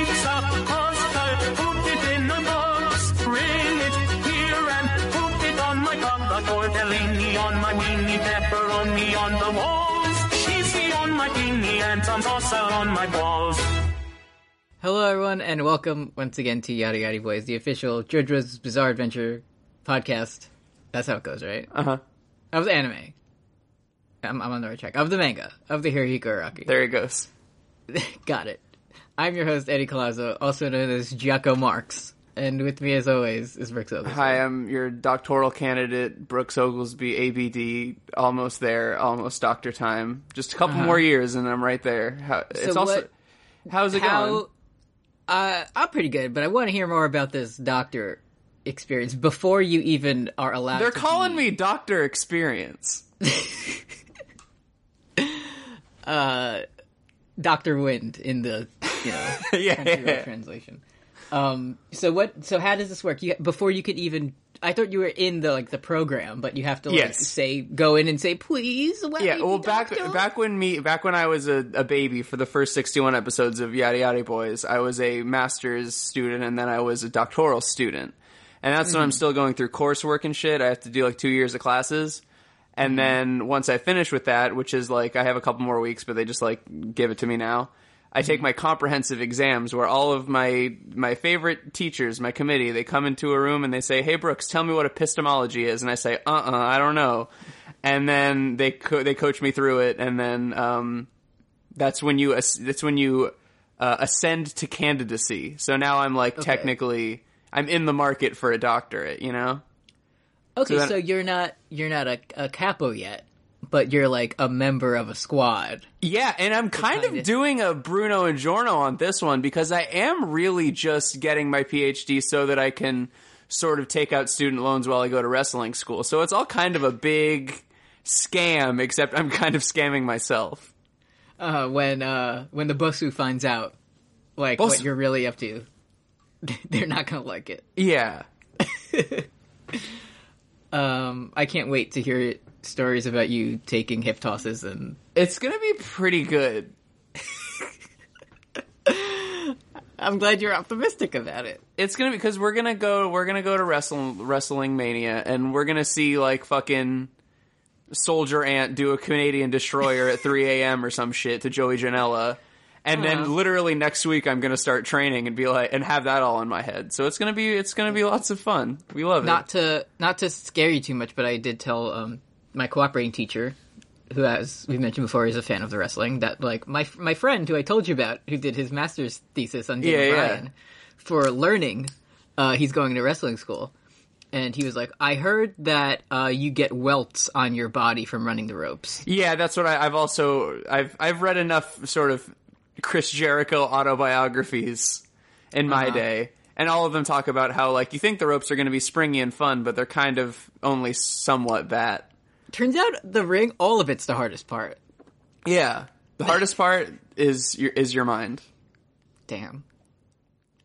up hostile, put it in a box, bring it here and put it on my tongue, the tortellini on my weenie, pepperoni on the walls, cheesy on my beanie, and some salsa on my balls. Hello, everyone, and welcome once again to Yada Yada Boys, the official JoJo's Bizarre Adventure podcast. That's how it goes, right? Uh huh. Of the anime. I'm, I'm on the right track. Of the manga. Of the Hirohiko Araki. There it goes. Got it. I'm your host, Eddie Colazzo, also known as Giaco Marx. And with me, as always, is Rick Silvers. Hi, I'm your doctoral candidate, Brooks Oglesby, ABD. Almost there, almost doctor time. Just a couple more years, and I'm right there. How, it's also Uh-huh. what- how's it going? How? Uh, I'm pretty good, but I want to hear more about this doctor experience before you even are allowed They're to calling me Doctor Experience. Dr. Wind in the, you know, yeah. translation. Um, so what? So how does this work? You before you could even. I thought you were in the like the program, but you have to like Yes. say go in and say please. Let Yeah, me well, be back doctor." back when me back when I was a, a baby for the first sixty one episodes of Yada Yada Boys, I was a master's student and then I was a doctoral student, and that's when I'm still going through coursework and shit. I have to do like two years of classes, and then once I finish with that, which is like I have a couple more weeks, but they just like give it to me now. I take my comprehensive exams where all of my my favorite teachers, my committee, they come into a room and they say, "Hey Brooks, tell me what epistemology is," and I say, "Uh, uh I don't know." And then they co- they coach me through it, and then um, that's when you as- that's when you uh, ascend to candidacy. So now I'm like technically I'm in the market for a doctorate, you know. Okay, so, so then- you're not you're not a, a capo yet, but you're like a member of a squad. Yeah, and I'm kind of kinda- doing a Bruno and Giorno on this one because I am really just getting my PhD so that I can sort of take out student loans while I go to wrestling school. So it's all kind of a big scam, except I'm kind of scamming myself. Uh, when uh, when the bosu finds out like what Bosu. you're really up to, they're not gonna like it. Yeah. Um, I can't wait to hear stories about you taking hip tosses and It's going to be pretty good. I'm glad you're optimistic about it. It's going to be because we're going to go we're going to go to wrestle, wrestling mania and we're going to see like fucking Soldier Ant do a Canadian Destroyer at 3 a.m. or some shit to Joey Janela. And then literally next week, I'm going to start training and be like, and have that all in my head. So it's going to be, it's going to be lots of fun. We love not to not to scare you too much, but I did tell um, my cooperating teacher, who as we've mentioned before is a fan of the wrestling, that like my my friend who I told you about, who did his master's thesis on Daniel Yeah, yeah. Bryan for learning, uh, he's going to wrestling school, and he was like, I heard that uh, you get welts on your body from running the ropes. it. Yeah, that's what I, I've also, I've, I've read enough sort of Chris Jericho autobiographies in my day. And all of them talk about how, like, you think the ropes are going to be springy and fun, but they're kind of only somewhat that. Turns out the ring, all of it's the hardest part. Yeah. The hardest part is your, is your mind. Damn.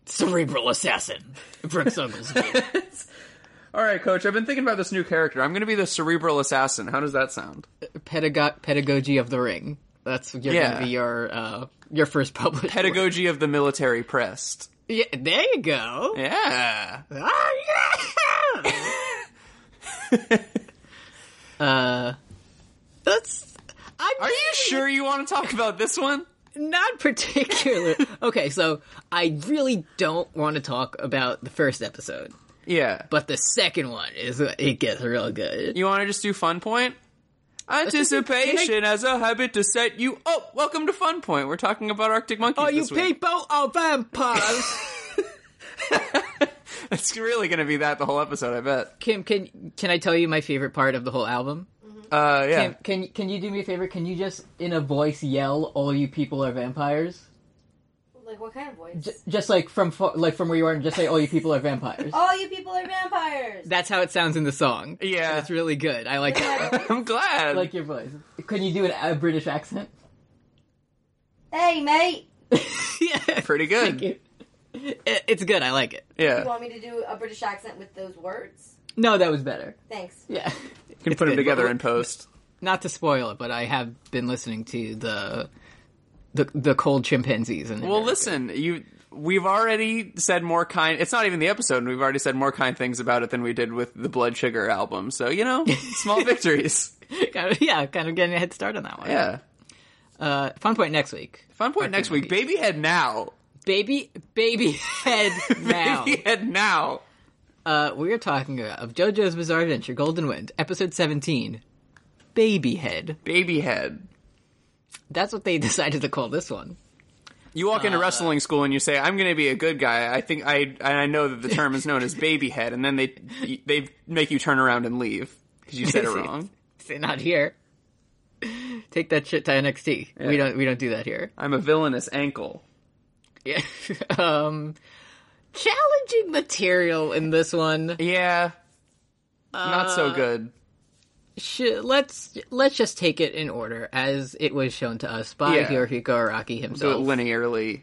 Cerebral assassin, Brooks Oglesby. All right, coach, I've been thinking about this new character. I'm going to be the cerebral assassin. How does that sound? pedago- pedagogy of the ring. That's you're Yeah. gonna be your uh, your first published work. Pedagogy of the military pressed. Yeah, there you go. Yeah. Ah, yeah! uh, Uh, that's. I'm Are you sure you want to talk about this one? not particular? okay, so I really don't want to talk about the first episode, Yeah. but the second one is it gets real good. You want to just do fun point? Anticipation as a habit to set you up. Welcome to Fun Point. We're talking about Arctic Monkeys Are Oh, you this week. people or vampires? It's really going to be that the whole episode, I bet. Kim, can can I tell you my favorite part of the whole album? Uh, yeah. Can, can can you do me a favor? Can you just in a voice yell, "All you people are vampires"? Like what kind of voice? J- just like from fo- like from where you are, and just say, "All you people are vampires." All Oh, you people are vampires. That's how it sounds in the song. Yeah. and it's really good. I like that. I'm glad. I like your voice. Can you do an, a British accent? hey, mate. yeah, Pretty good. Thank you. It, it's good. I like it. Yeah. You want me to do a British accent with those words? No, that was better. Thanks. Yeah. You can put them good. together in post. Not to spoil it, but I have been listening to the the the cold chimpanzees. And Well, listen, you we've already said more kind. It's not even the episode, and we've already said more kind things about it than we did with the Blood Sugar album. So you know, small victories. kind of, yeah, kind of getting a head start on that one. Yeah. Uh, fun point next week. Fun point next week. Baby head now. Baby, baby head now. Baby head now. Uh, we are talking about of JoJo's Bizarre Adventure: Golden Wind, episode seventeen. Baby head. Baby head. That's what they decided to call this one. You walk into wrestling school and you say, "I'm going to be a good guy." I think I and I know that the term is known as baby head, and then they they make you turn around and leave because you said it wrong. Say not here. Take that shit to NXT. We don't. We don't do that here. I'm a villainous ankle. Yeah. um, challenging material in this one. Yeah, not so good. Sh- let's let's just take it in order as it was shown to us by Yeah. Hirohiko Araki Do it himself. linearly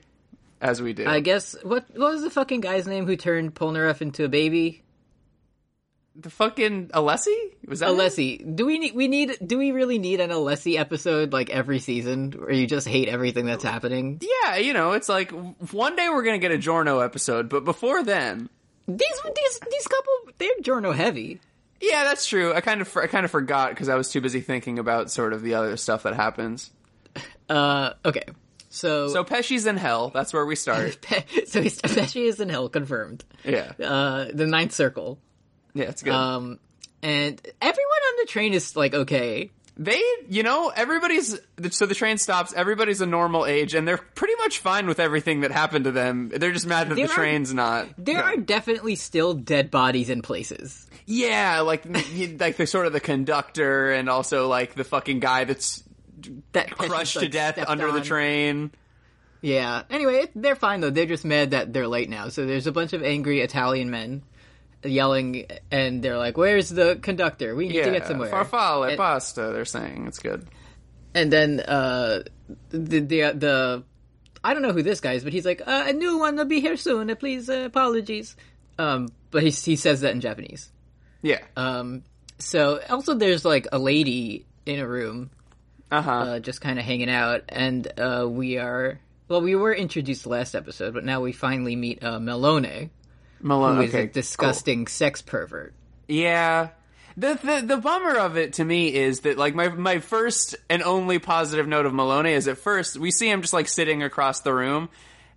as we do. I guess what what was the fucking guy's name who turned Polnareff into a baby? the fucking Alessi was that him? Alessi. Do we need we need do we really need an Alessi episode like every season where you just hate everything that's happening? Yeah, you know, it's like one day we're going to get a Jorno episode, but before then, These these these couple they're Jorno heavy. yeah, that's true. I kind of I kind of forgot because I was too busy thinking about sort of the other stuff that happens. Uh okay. So So Pesci's in hell. That's where we start. Pe- so he's Pesci is in hell confirmed. Yeah, Uh the ninth circle. yeah, it's good. Um and everyone on the train is like okay. They, you know, everybody's so the train stops. Everybody's a normal age, and they're pretty much fine with everything that happened to them. They're just mad that There the are- train's not. There are definitely still dead bodies in places. yeah, like you- like the sort of the conductor, and also like the fucking guy that's That Pesci's, crushed to like, death stepped under the on. train. Yeah. Anyway, it, they're fine though. They're just mad that they're late now. So there's a bunch of angry Italian men yelling, and they're like, "Where's the conductor? We need to get somewhere." Farfalle And- pasta. They're saying it's good. And then uh, the the uh, the I don't know who this guy is, but he's like, uh, "A new one will be here soon. Uh, Please, uh, apologies." Um, but he he says that in Japanese. Yeah. Um, so also there's like a lady in a room Uh-huh. uh, just kind of hanging out, and uh, we are well, we were introduced last episode, but now we finally meet uh, Melone, Malone. who is okay. a disgusting sex pervert. cool. Yeah. The, the the bummer of it to me is that like my my first and only positive note of Maloney is at first we see him just like sitting across the room,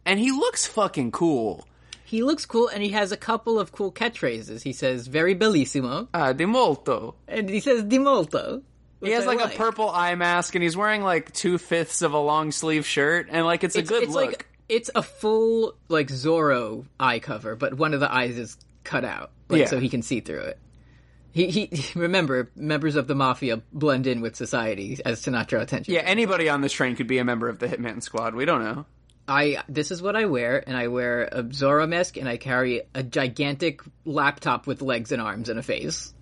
and he looks fucking cool. He looks cool, and he has a couple of cool catchphrases. He says "very bellissimo," Ah, di molto. and he says "di molto." He has like, a purple eye mask, and he's wearing like two fifths of a long sleeve shirt, and like it's, a good it's look. Like, it's a full like Zorro eye cover, but one of the eyes is cut out, like Yeah. so he can see through it. He, he remember members of the mafia blend in with society as to not draw attention. yeah, anybody on this train could be a member of the Hitman Squad. We don't know. I this is what I wear, and I wear a Zorro mask, and I carry a gigantic laptop with legs and arms and a face,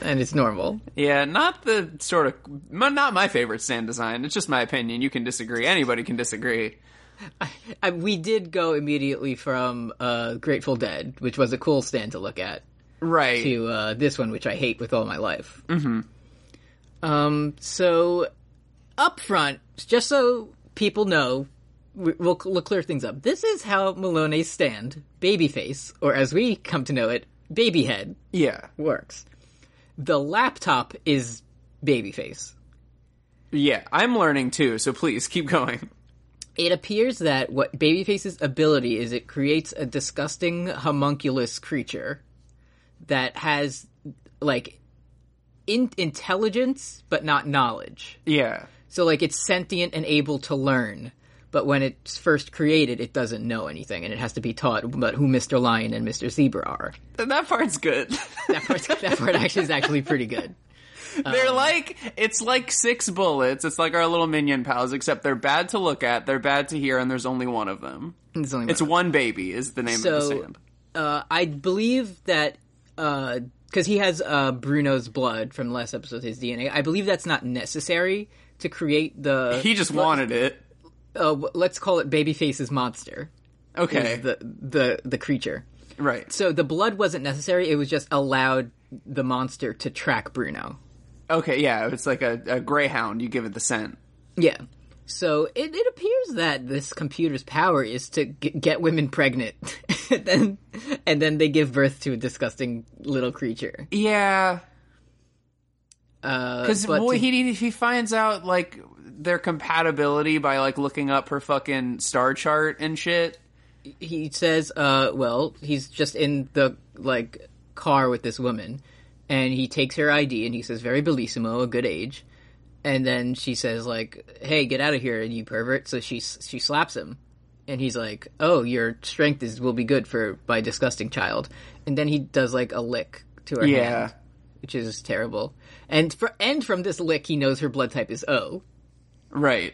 and it's normal. Yeah, not the sort of m- not my favorite stand design. It's just my opinion. You can disagree. Anybody can disagree. I, we did go immediately from uh, Grateful Dead, which was a cool stand to look at, Right. to uh, this one, which I hate with all my life. Mm-hmm. Um. So, up front, just so people know, we- we'll, we'll clear things up. This is how Malone's stand, Babyface, or as we come to know it, Babyhead, Yeah. works. The laptop is Babyface. Yeah, I'm learning too, so please keep going. It appears that what Babyface's ability is it creates a disgusting homunculus creature that has like in- intelligence but not knowledge. Yeah. So like it's sentient and able to learn, but when it's first created it doesn't know anything and it has to be taught about who Mr. Lion and Mr. Zebra are. Th- That part's good. That part that part actually is actually pretty good. they're Um, like it's like six bullets. It's like our little minion pals, except they're bad to look at, they're bad to hear, and there's only one of them. It's only It's one baby is the name of the So- stand. uh, I believe that because he has uh, Bruno's blood from the last episode, his DNA. I believe that's not necessary to create the. He just wanted it. uh, w- let's call it Babyface's monster, Okay. the the the creature. right. So the blood wasn't necessary; it was just allowed the monster to track Bruno. Okay, yeah, it's like a, a greyhound, you give it the scent. Yeah. So it, it appears that this computer's power is to g- get women pregnant, and then and then they give birth to a disgusting little creature. Yeah, Because because he he finds out like their compatibility by like looking up her fucking star chart and shit. he says, uh, well, he's just in the like car with this woman, and he takes her ID and he says, "Very bellissimo, a good age." And then she says, like, "Hey, get out of here, you pervert!" So she she slaps him, and he's like, "Oh, your strength is will be good for by disgusting child." And then he does like a lick to her Yeah. hand, which is terrible. And for, and from this lick, he knows her blood type is O. Right.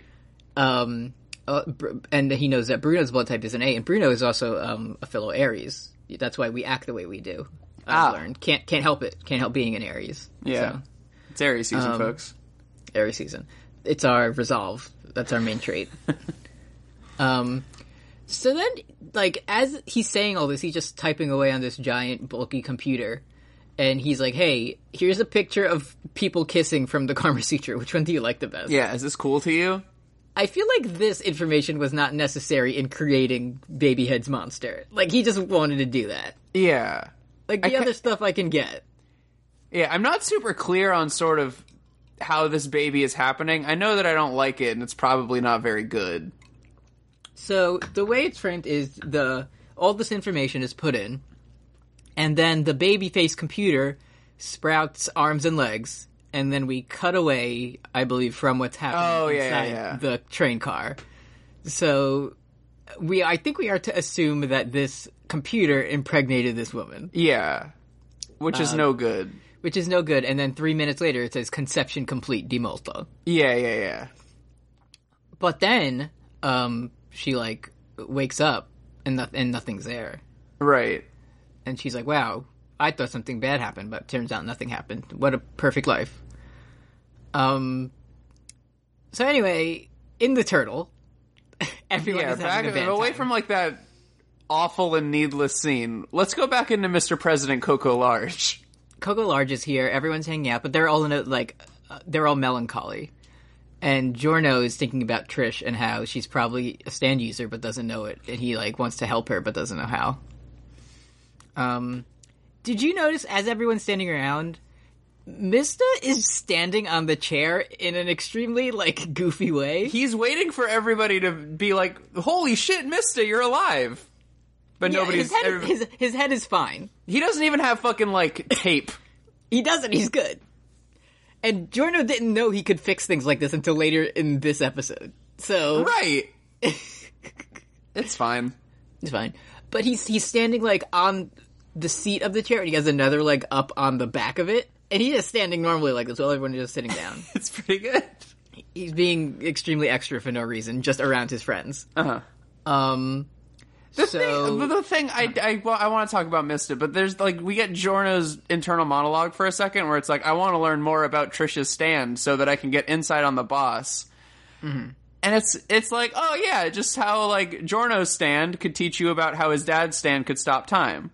um, uh, Br- and he knows that Bruno's blood type is an A, and Bruno is also um, a fellow Aries. That's why we act the way we do. I Ah. learned can't can't help it. Can't help being an Aries. Yeah. It's Aries season, folks. So, Aries season. It's our resolve. That's our main trait. um, so then, like as he's saying all this, he's just typing away on this giant bulky computer. And he's like, "Hey, here's a picture of people kissing from the Karma Sutra. Which one do you like the best?" Yeah. Is this cool to you? I feel like this information was not necessary in creating Babyhead's monster. Like he just wanted to do that. Yeah. Like the ca- other stuff I can get. Yeah. I'm not super clear on sort of how this baby is happening. I know that I don't like it, and it's probably not very good. So the way it's framed is the all this information is put in, and then the baby face computer sprouts arms and legs, and then we cut away, I believe, from what's happening Oh, yeah, inside yeah, yeah. the train car. So we, I think, we are to assume that this computer impregnated this woman. Yeah. Uh, Which is no good. which is no good. And then three minutes later, it says conception complete, demolto. Yeah. Yeah. Yeah. But then, um, she like wakes up and noth- and nothing's there, Right. and she's like, "Wow, I thought something bad happened, but turns out nothing happened. What a perfect life." Um. So anyway, in the turtle, everyone Yeah, is having back a bad away time. from like that awful and needless scene. Let's go back into Mr. President Coco Large. Coco Large is here. Everyone's hanging out, but they're all in a like uh, they're all melancholy. And Jorno is thinking about Trish and how she's probably a stand user but doesn't know it, and he like wants to help her but doesn't know how. Um, did you notice as everyone's standing around, Mista is standing on the chair in an extremely like goofy way. He's waiting for everybody to be like, "Holy shit, Mista, you're alive!" But Yeah, nobody's. his head, every- his, his head is fine. he doesn't even have fucking like tape. He doesn't. He's good. And Jorno didn't know he could fix things like this until later in this episode. So right. it's fine. it's fine. But he's he's standing like on the seat of the chair, and he has another leg up on the back of it, and he is standing normally like this while everyone is just sitting down. It's pretty good. he's being extremely extra for no reason, just around his friends. Uh huh. Um, The So- thing, the thing I, I, well, I want to talk about Mista, but there's like we get Jorno's internal monologue for a second where it's like I want to learn more about Trisha's stand so that I can get insight on the boss. Mm-hmm. And it's it's like oh yeah, just how like Jorno's stand could teach you about how his dad's stand could stop time.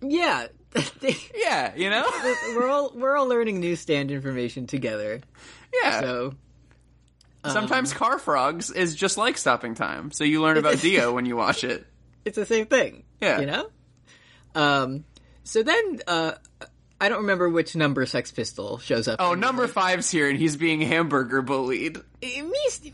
yeah, Yeah, you know. we're all we're all learning newsstand information together. yeah. So Sometimes Car Frogs is just like stopping time, so you learn about Dio when you watch it. it's the same thing. Yeah. You know? Um, so then, uh, I don't remember which number Sex Pistol shows up. Oh, in. number five's here, and he's being hamburger bullied. Eh, Mis- Mi-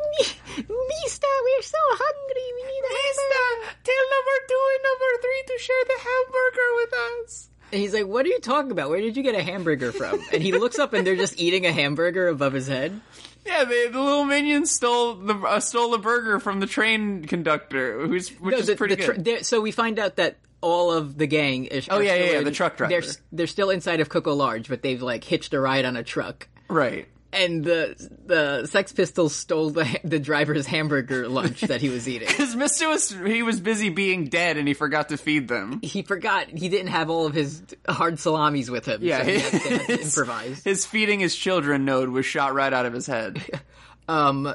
Mista, we're so hungry. We need a hamburger. tell number two and number three to share the hamburger with us. And he's like, what are you talking about? Where did you get a hamburger from? And he looks up and they're just eating a hamburger above his head. Yeah, they, the little minions stole the uh, stole the burger from the train conductor, who's which No, is the- pretty the tr- good. they're- so we find out that all of the gang is. Oh, are yeah, yeah, still yeah, in- the truck driver. They're, s- they're still inside of Coco Large, but they've like hitched a ride on a truck. right. and the the Sex Pistols stole the the driver's hamburger lunch that he was eating. Because Mister was he was busy being dead, and he forgot to feed them. He forgot he didn't have all of his hard salamis with him. so Yeah, he had to, had to his- improvise. His feeding his children node was shot right out of his head. Um,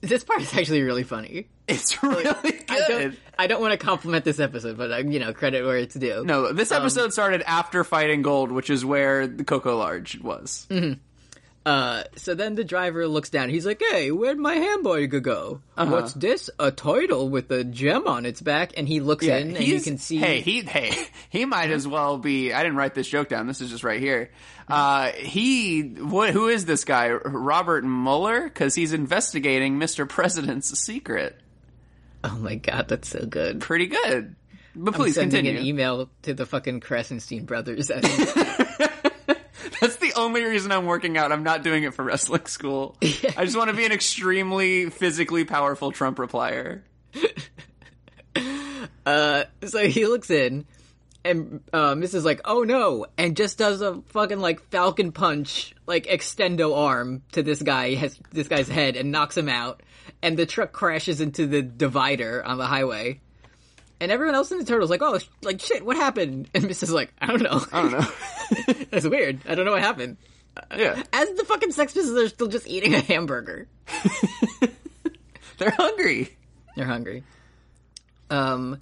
this part is actually really funny. It's really good. I don't I don't want to compliment this episode, but um, you know credit where it's due. no, this episode started after Fighting Gold, which is where the Coco Large was. Uh, so then the driver looks down. He's like, "Hey, where'd my hamburger go? Uh-huh. What's this? A turtle with a gem on its back?" And he looks in, and you he's- can see. Hey, he hey, he might as well be. I didn't write this joke down. This is just right here. Uh, he what? Who is this guy? Robert Mueller? Because he's investigating Mr. President's secret. oh my god, that's so good. Pretty good. But I'm please sending continue. an email to the fucking Krasenstein brothers. And That's the only reason I'm working out. I'm not doing it for wrestling school. I just want to be an extremely physically powerful Trump replier. so he looks in, and uh, Mrs. like, "Oh no!" and just does a fucking like Falcon punch, like extendo arm to this guy has this guy's head and knocks him out. And the truck crashes into the divider on the highway. And everyone else in the turtle's like, "Oh, sh- like shit, what happened?" And Mrs. like, "I don't know. I don't know. That's weird. I don't know what happened." yeah, As the fucking Sex Pistols are still just eating a hamburger. they're hungry. They're hungry. Um.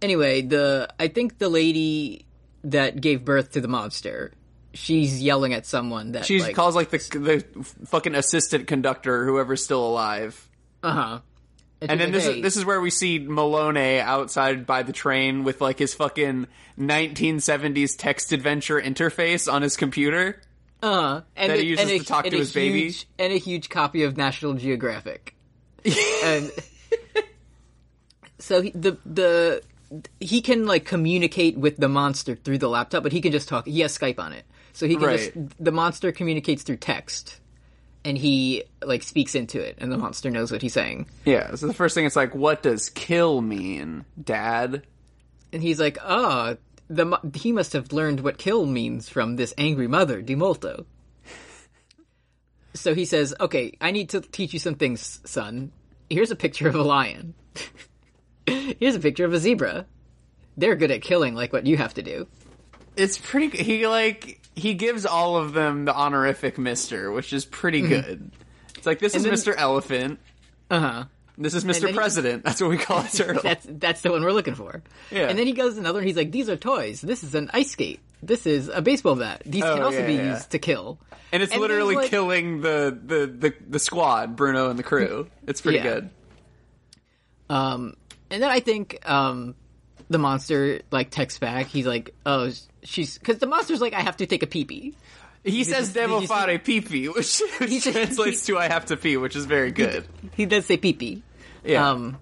Anyway, the I think the lady that gave birth to the mobster, she's yelling at someone that She like, calls like the the fucking assistant conductor, whoever's still alive. uh huh. And then this is this is where we see Malone outside by the train with like his fucking 1970s text adventure interface on his computer. uh huh. And that a- he uses and a- to talk to and a his baby. huge- and a huge copy of National Geographic. and so he, the the he can like communicate with the monster through the laptop, but he can just talk. He has Skype on it, so he can just Right. the monster communicates through text, and he like speaks into it, and the monster knows what he's saying. Yeah, so the first thing it's like, what does kill mean, dad? And he's like, "Ah, the mo- he must have learned what kill means from this angry mother, Dimolto." So he says, "Okay, I need to teach you some things, son. Here's a picture of a lion. Here's a picture of a zebra. They're good at killing, like what you have to do." It's pretty he like he gives all of them the honorific mister, which is pretty good. It's like this then- is Mr. Elephant. Uh Uh-huh. huh. This is then Mr. he- President. That's what we call a turtle. That's that's the one we're looking for. Yeah. And then he goes another. and He's like, "These are toys. This is an ice skate. This is a baseball bat. These Oh, can also yeah, be yeah. used to kill." and it's and there's, literally like- killing the, the, the, the squad, Bruno and the crew. It's pretty Yeah. good. Um, and then I think um, the monster like texts back. He's like, "Oh, sh- she's because the monster's like, I have to take a pee pee." He says did you "devo see- fare pee which He- translates to "I have to pee," which is very good. He does say pee pee. Yeah, Um,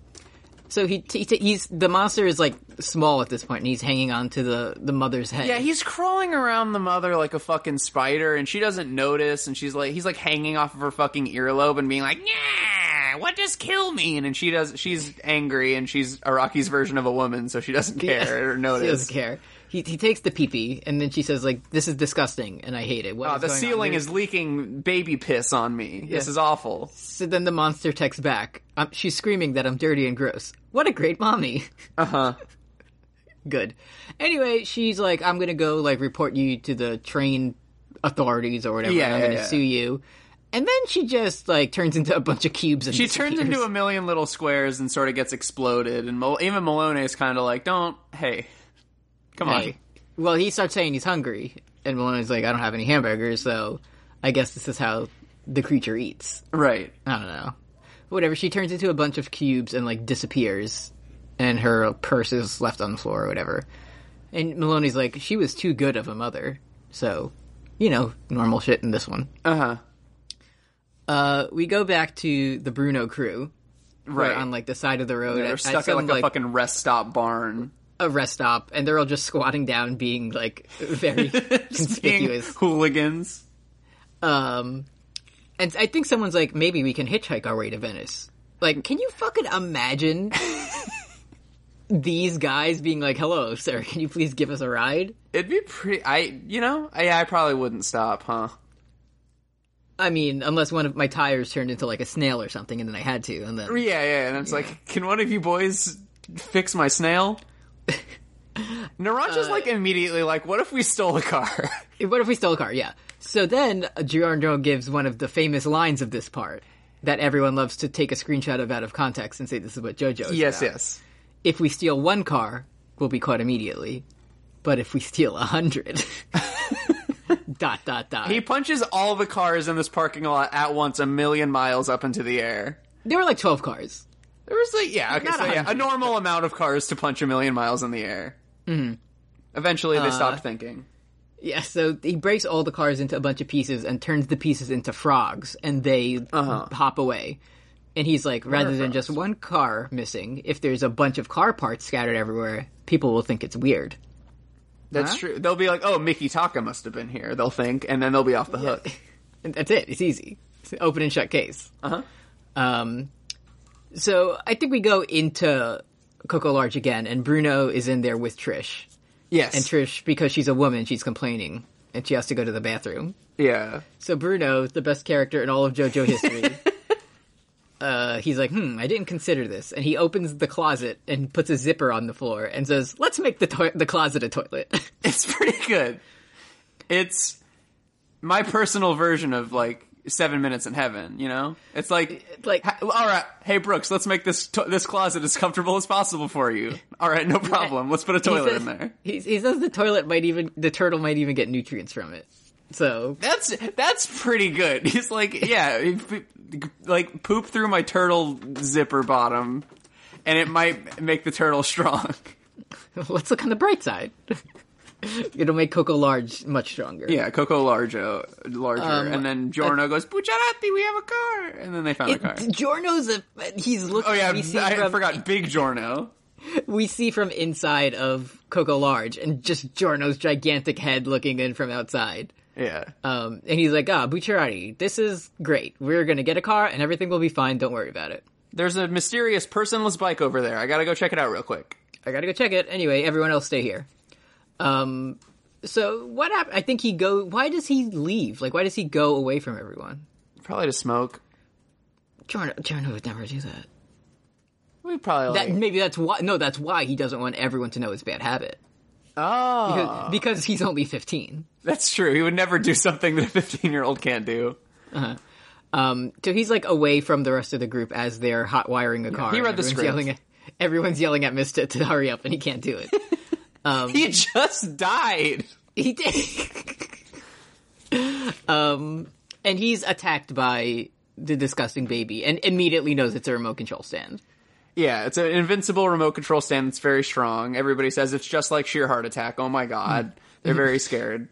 so he, he t- he's the monster is like small at this point, and he's hanging on to the the mother's head. yeah, he's crawling around the mother like a fucking spider, and she doesn't notice, and she's like, he's like hanging off of her fucking earlobe and being like, "Yeah, what does kill mean?" And she does, she's angry, and she's Araki's version of a woman, so she doesn't care or She notice. doesn't care. He, he takes the pee pee, and then she says like, "This is disgusting, and I hate it." What Oh, is the going on ceiling here?" is leaking baby piss on me. This Yeah. is awful. So then the monster texts back. Um, she's screaming that I'm dirty and gross. What a great mommy. Uh huh. good. Anyway, she's like, I'm gonna go like report you to the train authorities or whatever. Yeah, and I'm yeah, gonna yeah. sue you. And then she just like turns into a bunch of cubes and She turns into a million little squares and sort of gets exploded. And Mal- even Malone is kind of like, "Don't, hey, come on." Well, he starts saying he's hungry, and Melona's like, I don't have any hamburgers, so I guess this is how the creature eats. Right. I don't know. Whatever. She turns into a bunch of cubes and like disappears, and her purse is left on the floor or whatever. And Maloney's like, she was too good of a mother, so you know, normal shit in this one. Uh huh. Uh, we go back to the Bruno crew. who are Right. on like the side of the road. They're at- stuck at at, some, like, a fucking rest stop barn. a rest stop, and they're all just squatting down, being like very Being conspicuous. hooligans. Um, and I think someone's like, maybe we can hitchhike our way to Venice. Like, can you fucking imagine these guys being like, "Hello, sir, can you please give us a ride?" It'd be pretty. I, you know, I, I probably wouldn't stop, huh? I mean, unless one of my tires turned into like a snail or something, and then I had to, and then Yeah, yeah. And I'm just like, can one of you boys fix my snail? Naranja's like immediately like, what if we stole a car? What if we stole a car? Yeah. So then uh, Giorno gives one of the famous lines of this part that everyone loves to take a screenshot of out of context and say this is what JoJo is yes, about. yes. If we steal one car, we'll be caught immediately. But if we steal a hundred, dot dot dot. He punches all the cars in this parking lot at once, a million miles up into the air. there were like twelve cars. There was like, yeah, okay, Not so yeah, a 100. normal amount of cars to punch a million miles in the air. Mm-hmm. Eventually, they stopped thinking. Yeah, so he breaks all the cars into a bunch of pieces and turns the pieces into frogs, and they hop away. And he's like, rather than just one car missing, if there's a bunch of car parts scattered everywhere, people will think it's weird. That's true. They'll be like, "Oh, Mickey Taka must have been here." They'll think, and then they'll be off the hook. And that's it. It's easy. It's an open and shut case. Uh Uh-huh. huh. Um, so I think we go into Coco Large again, and Bruno is in there with Trish. Yes, And Trish, because she's a woman, she's complaining, and she has to go to the bathroom. yeah. So Bruno, the best character in all of JoJo history, uh, he's like, "Hmm, I didn't consider this," and he opens the closet and puts a zipper on the floor and says, "Let's make the toi- the closet a toilet." It's pretty good. It's my personal version of like Seven Minutes in Heaven. You know, it's like, like- "Ha- all right, hey Brooks, let's make this to- this closet as comfortable as possible for you. All right, no problem. Let's put a toilet in there. He, he says the toilet might even the turtle might even get nutrients from it. So That's that's pretty good. He's like, yeah, if- like poop through my turtle zipper bottom, and it might make the turtle strong. let's look on the bright side. It'll make Coco Large much stronger. Yeah, Coco Largo, larger, and then Giorno goes, Bucciarati, we have a car, and then they found It, a car. Giorno's a he's looking. Oh yeah, we see I from, forgot Big Giorno. we see from inside of Coco Large and just Giorno's gigantic head looking in from outside. Yeah, Um, and he's like, ah, Bucciarati, this is great. We're gonna get a car and everything will be fine. Don't worry about it. there's a mysterious personless bike over there. I gotta go check it out real quick. I gotta go check it. Anyway, everyone else stay here. Um, so what happened? I think he go, why does he leave? Like, why does he go away from everyone? Probably to smoke. Giorno, Giorno would never do that. We probably That, like, maybe that's why, no, that's why he doesn't want everyone to know his bad habit. oh, Because, because he's only 15. that's true. He would never do something that a 15 year old can't do. Um, so he's like away from the rest of the group as they're hot wiring a car. he and read the everyone's script. Yelling at, everyone's yelling at Mista to hurry up, and he can't do it. He just died. he did. um, and he's attacked by the disgusting baby, and immediately knows it's a remote control stand. Yeah, it's an invincible remote control stand that's very strong. Everybody says it's just like sheer heart attack. Oh my god. They're very scared.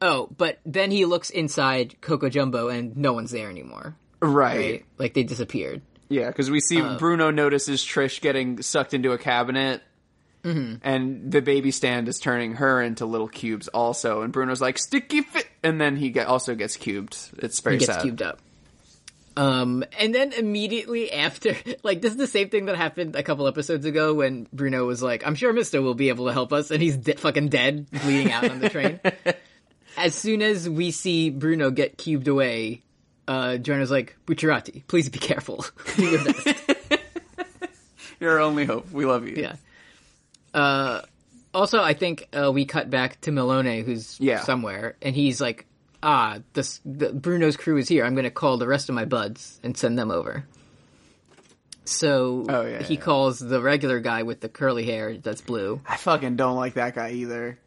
Oh, but then he looks inside Coco Jumbo, and no one's there anymore. Right. Like they disappeared. Yeah, because we see Uh. Bruno notices Trish getting sucked into a cabinet. Mm-hmm. And the baby stand is turning her into little cubes, also. And Bruno's like sticky fit, and then he get, also gets cubed. It's very He gets sad. cubed up. Um, and then immediately after, like this is the same thing that happened a couple episodes ago when Bruno was like, "I'm sure Mister will be able to help us," and he's de- fucking dead, bleeding out on the train. as soon as we see Bruno get cubed away, uh, Jonah's like, "Bucciarati, please be careful. Do your best." You're our only hope. We love you. yeah. Uh, also, I think uh, we cut back to Malone, who's Yeah. somewhere, and he's like, "Ah, this the, Bruno's crew is here. I'm going to call the rest of my buds and send them over." So Oh, yeah, he yeah. calls the regular guy with the curly hair that's blue. I fucking don't like that guy either.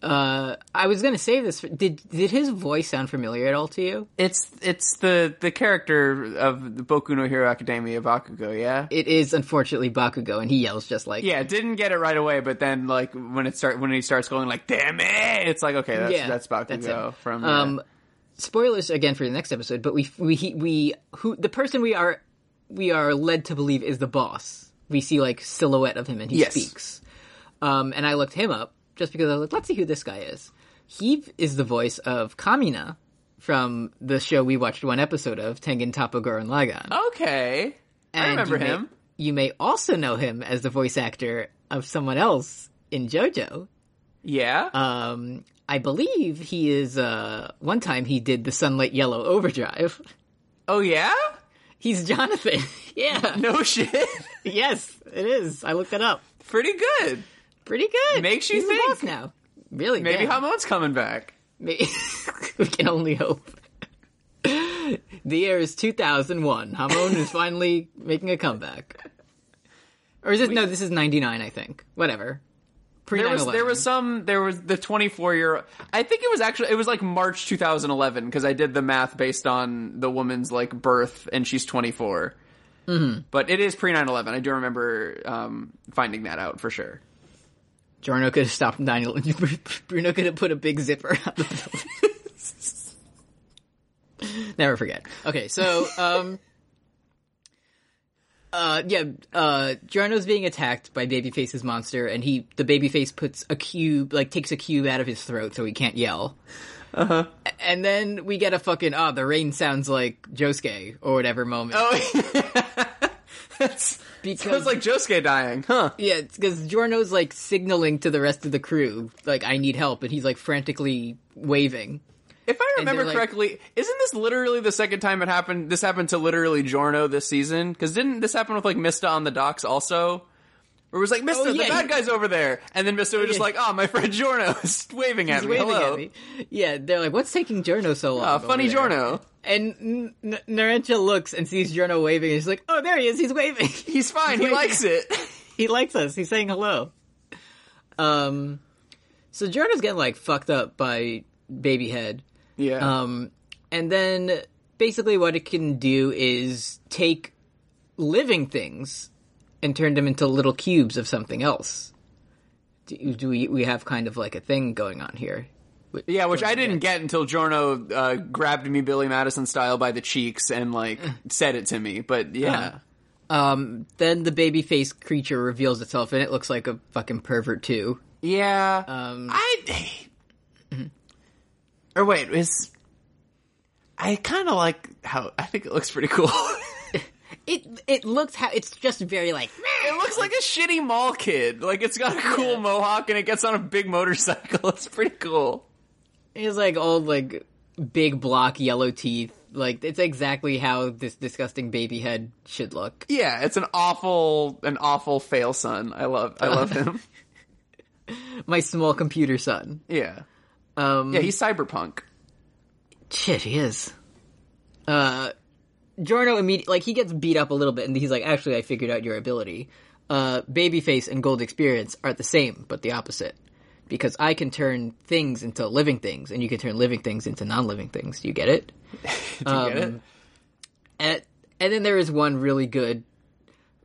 Uh, I was going to say this. Did did his voice sound familiar at all to you? It's it's the the character of the Boku no Hero Academia Bakugo, yeah. It is unfortunately Bakugo, and he yells just like Yeah, didn't get it right away, but then like when it start when he starts going like "damn it," it's like okay, that's Yeah, that's Bakugo that's him. from uh, Um, spoilers again for the next episode, but we we he- we who the person we are we are led to believe is the boss. We see like silhouette of him and he Yes. speaks. Um, and I looked him up just because I was like, let's see who this guy is. He is the voice of Kamina from the show we watched one episode of Tengen Toppa Gurren Lagann. okay. And I remember you may- him. you may also know him as the voice actor of someone else in JoJo. Yeah. Um, I believe he is. Uh, one time he did the Sunlight Yellow Overdrive. oh yeah. He's Jonathan. yeah. No shit. Yes, it is. I looked it up. Pretty good. Pretty good. Makes you He's the think. boss now. Really? Maybe yeah. Hamon's coming back. May- we can only hope. the year is 2001. Hamon is finally making a comeback. Or is this no? This is 99, I think. Whatever. Pre There was there was some there was the 24 year I think it was actually it was like March 2011 because I did the math based on the woman's like birth and she's 24. But it is pre 9/11. I do remember um, finding that out for sure. Jarno could have stopped nine. Bruno could have put a big zipper on the building. Never forget. Okay, so um, uh, yeah, uh, Jarno's being attacked by Babyface's monster, and he the Babyface puts a cube, like takes a cube out of his throat so he can't yell. Uh-huh. Uh huh. And then we get a fucking ah, the rain sounds like Josuke or whatever moment. That's because Oh, sounds like Josuke dying, huh? Yeah, because Giorno's like signaling to the rest of the crew, like I need help, and he's like frantically waving. If I And they're remember like- correctly, isn't this literally the second time it happened? This happened to literally Jorno this season because didn't this happen with like Mista on the docks also? Where it was like Mista, Oh, the yeah, bad he- guy's over there, and then Mista was just yeah. like, "Oh, my friend Jorno is waving at He's me. waving Hello, at me. Yeah, they're like, "What's taking Giorno so long?" Uh, over funny there?" Jorno. And N- N- Narentia looks and sees Giorno waving, and she's like, "Oh, there he is. He's waving. He's fine. He waving. likes it." he likes us. He's saying hello." Um, so Giorno's getting like fucked up by Babyhead. Yeah, Um, and then basically what it can do is take living things and turn them into little cubes of something else. Do, do we we have kind of like a thing going on here? yeah. Which I didn't get until Jorno uh, grabbed me Billy Madison style by the cheeks and like said it to me. But yeah, Um, then the baby face creature reveals itself and it looks like a fucking pervert too. yeah. Um, I. Or wait, is I kind of like how I think it looks pretty cool. It it looks how it's just very like it looks like a shitty mall kid. Like it's got a cool Yeah. mohawk and it gets on a big motorcycle. It's pretty cool. it's like old like big block yellow teeth. Like it's exactly how this disgusting baby head should look. Yeah, it's an awful, an awful fail son. I love, I love him. my small computer son. Yeah, Um, yeah, he's cyberpunk. shit, he is. Uh, Giorno immediately, like, he gets beat up a little bit, and he's like, actually, I figured out your ability. Uh, Babyface and Gold Experience are the same, but the opposite. Because I can turn things into living things, and you can turn living things into non-living things. Do you get it? Did you get it? And, and then there is one really good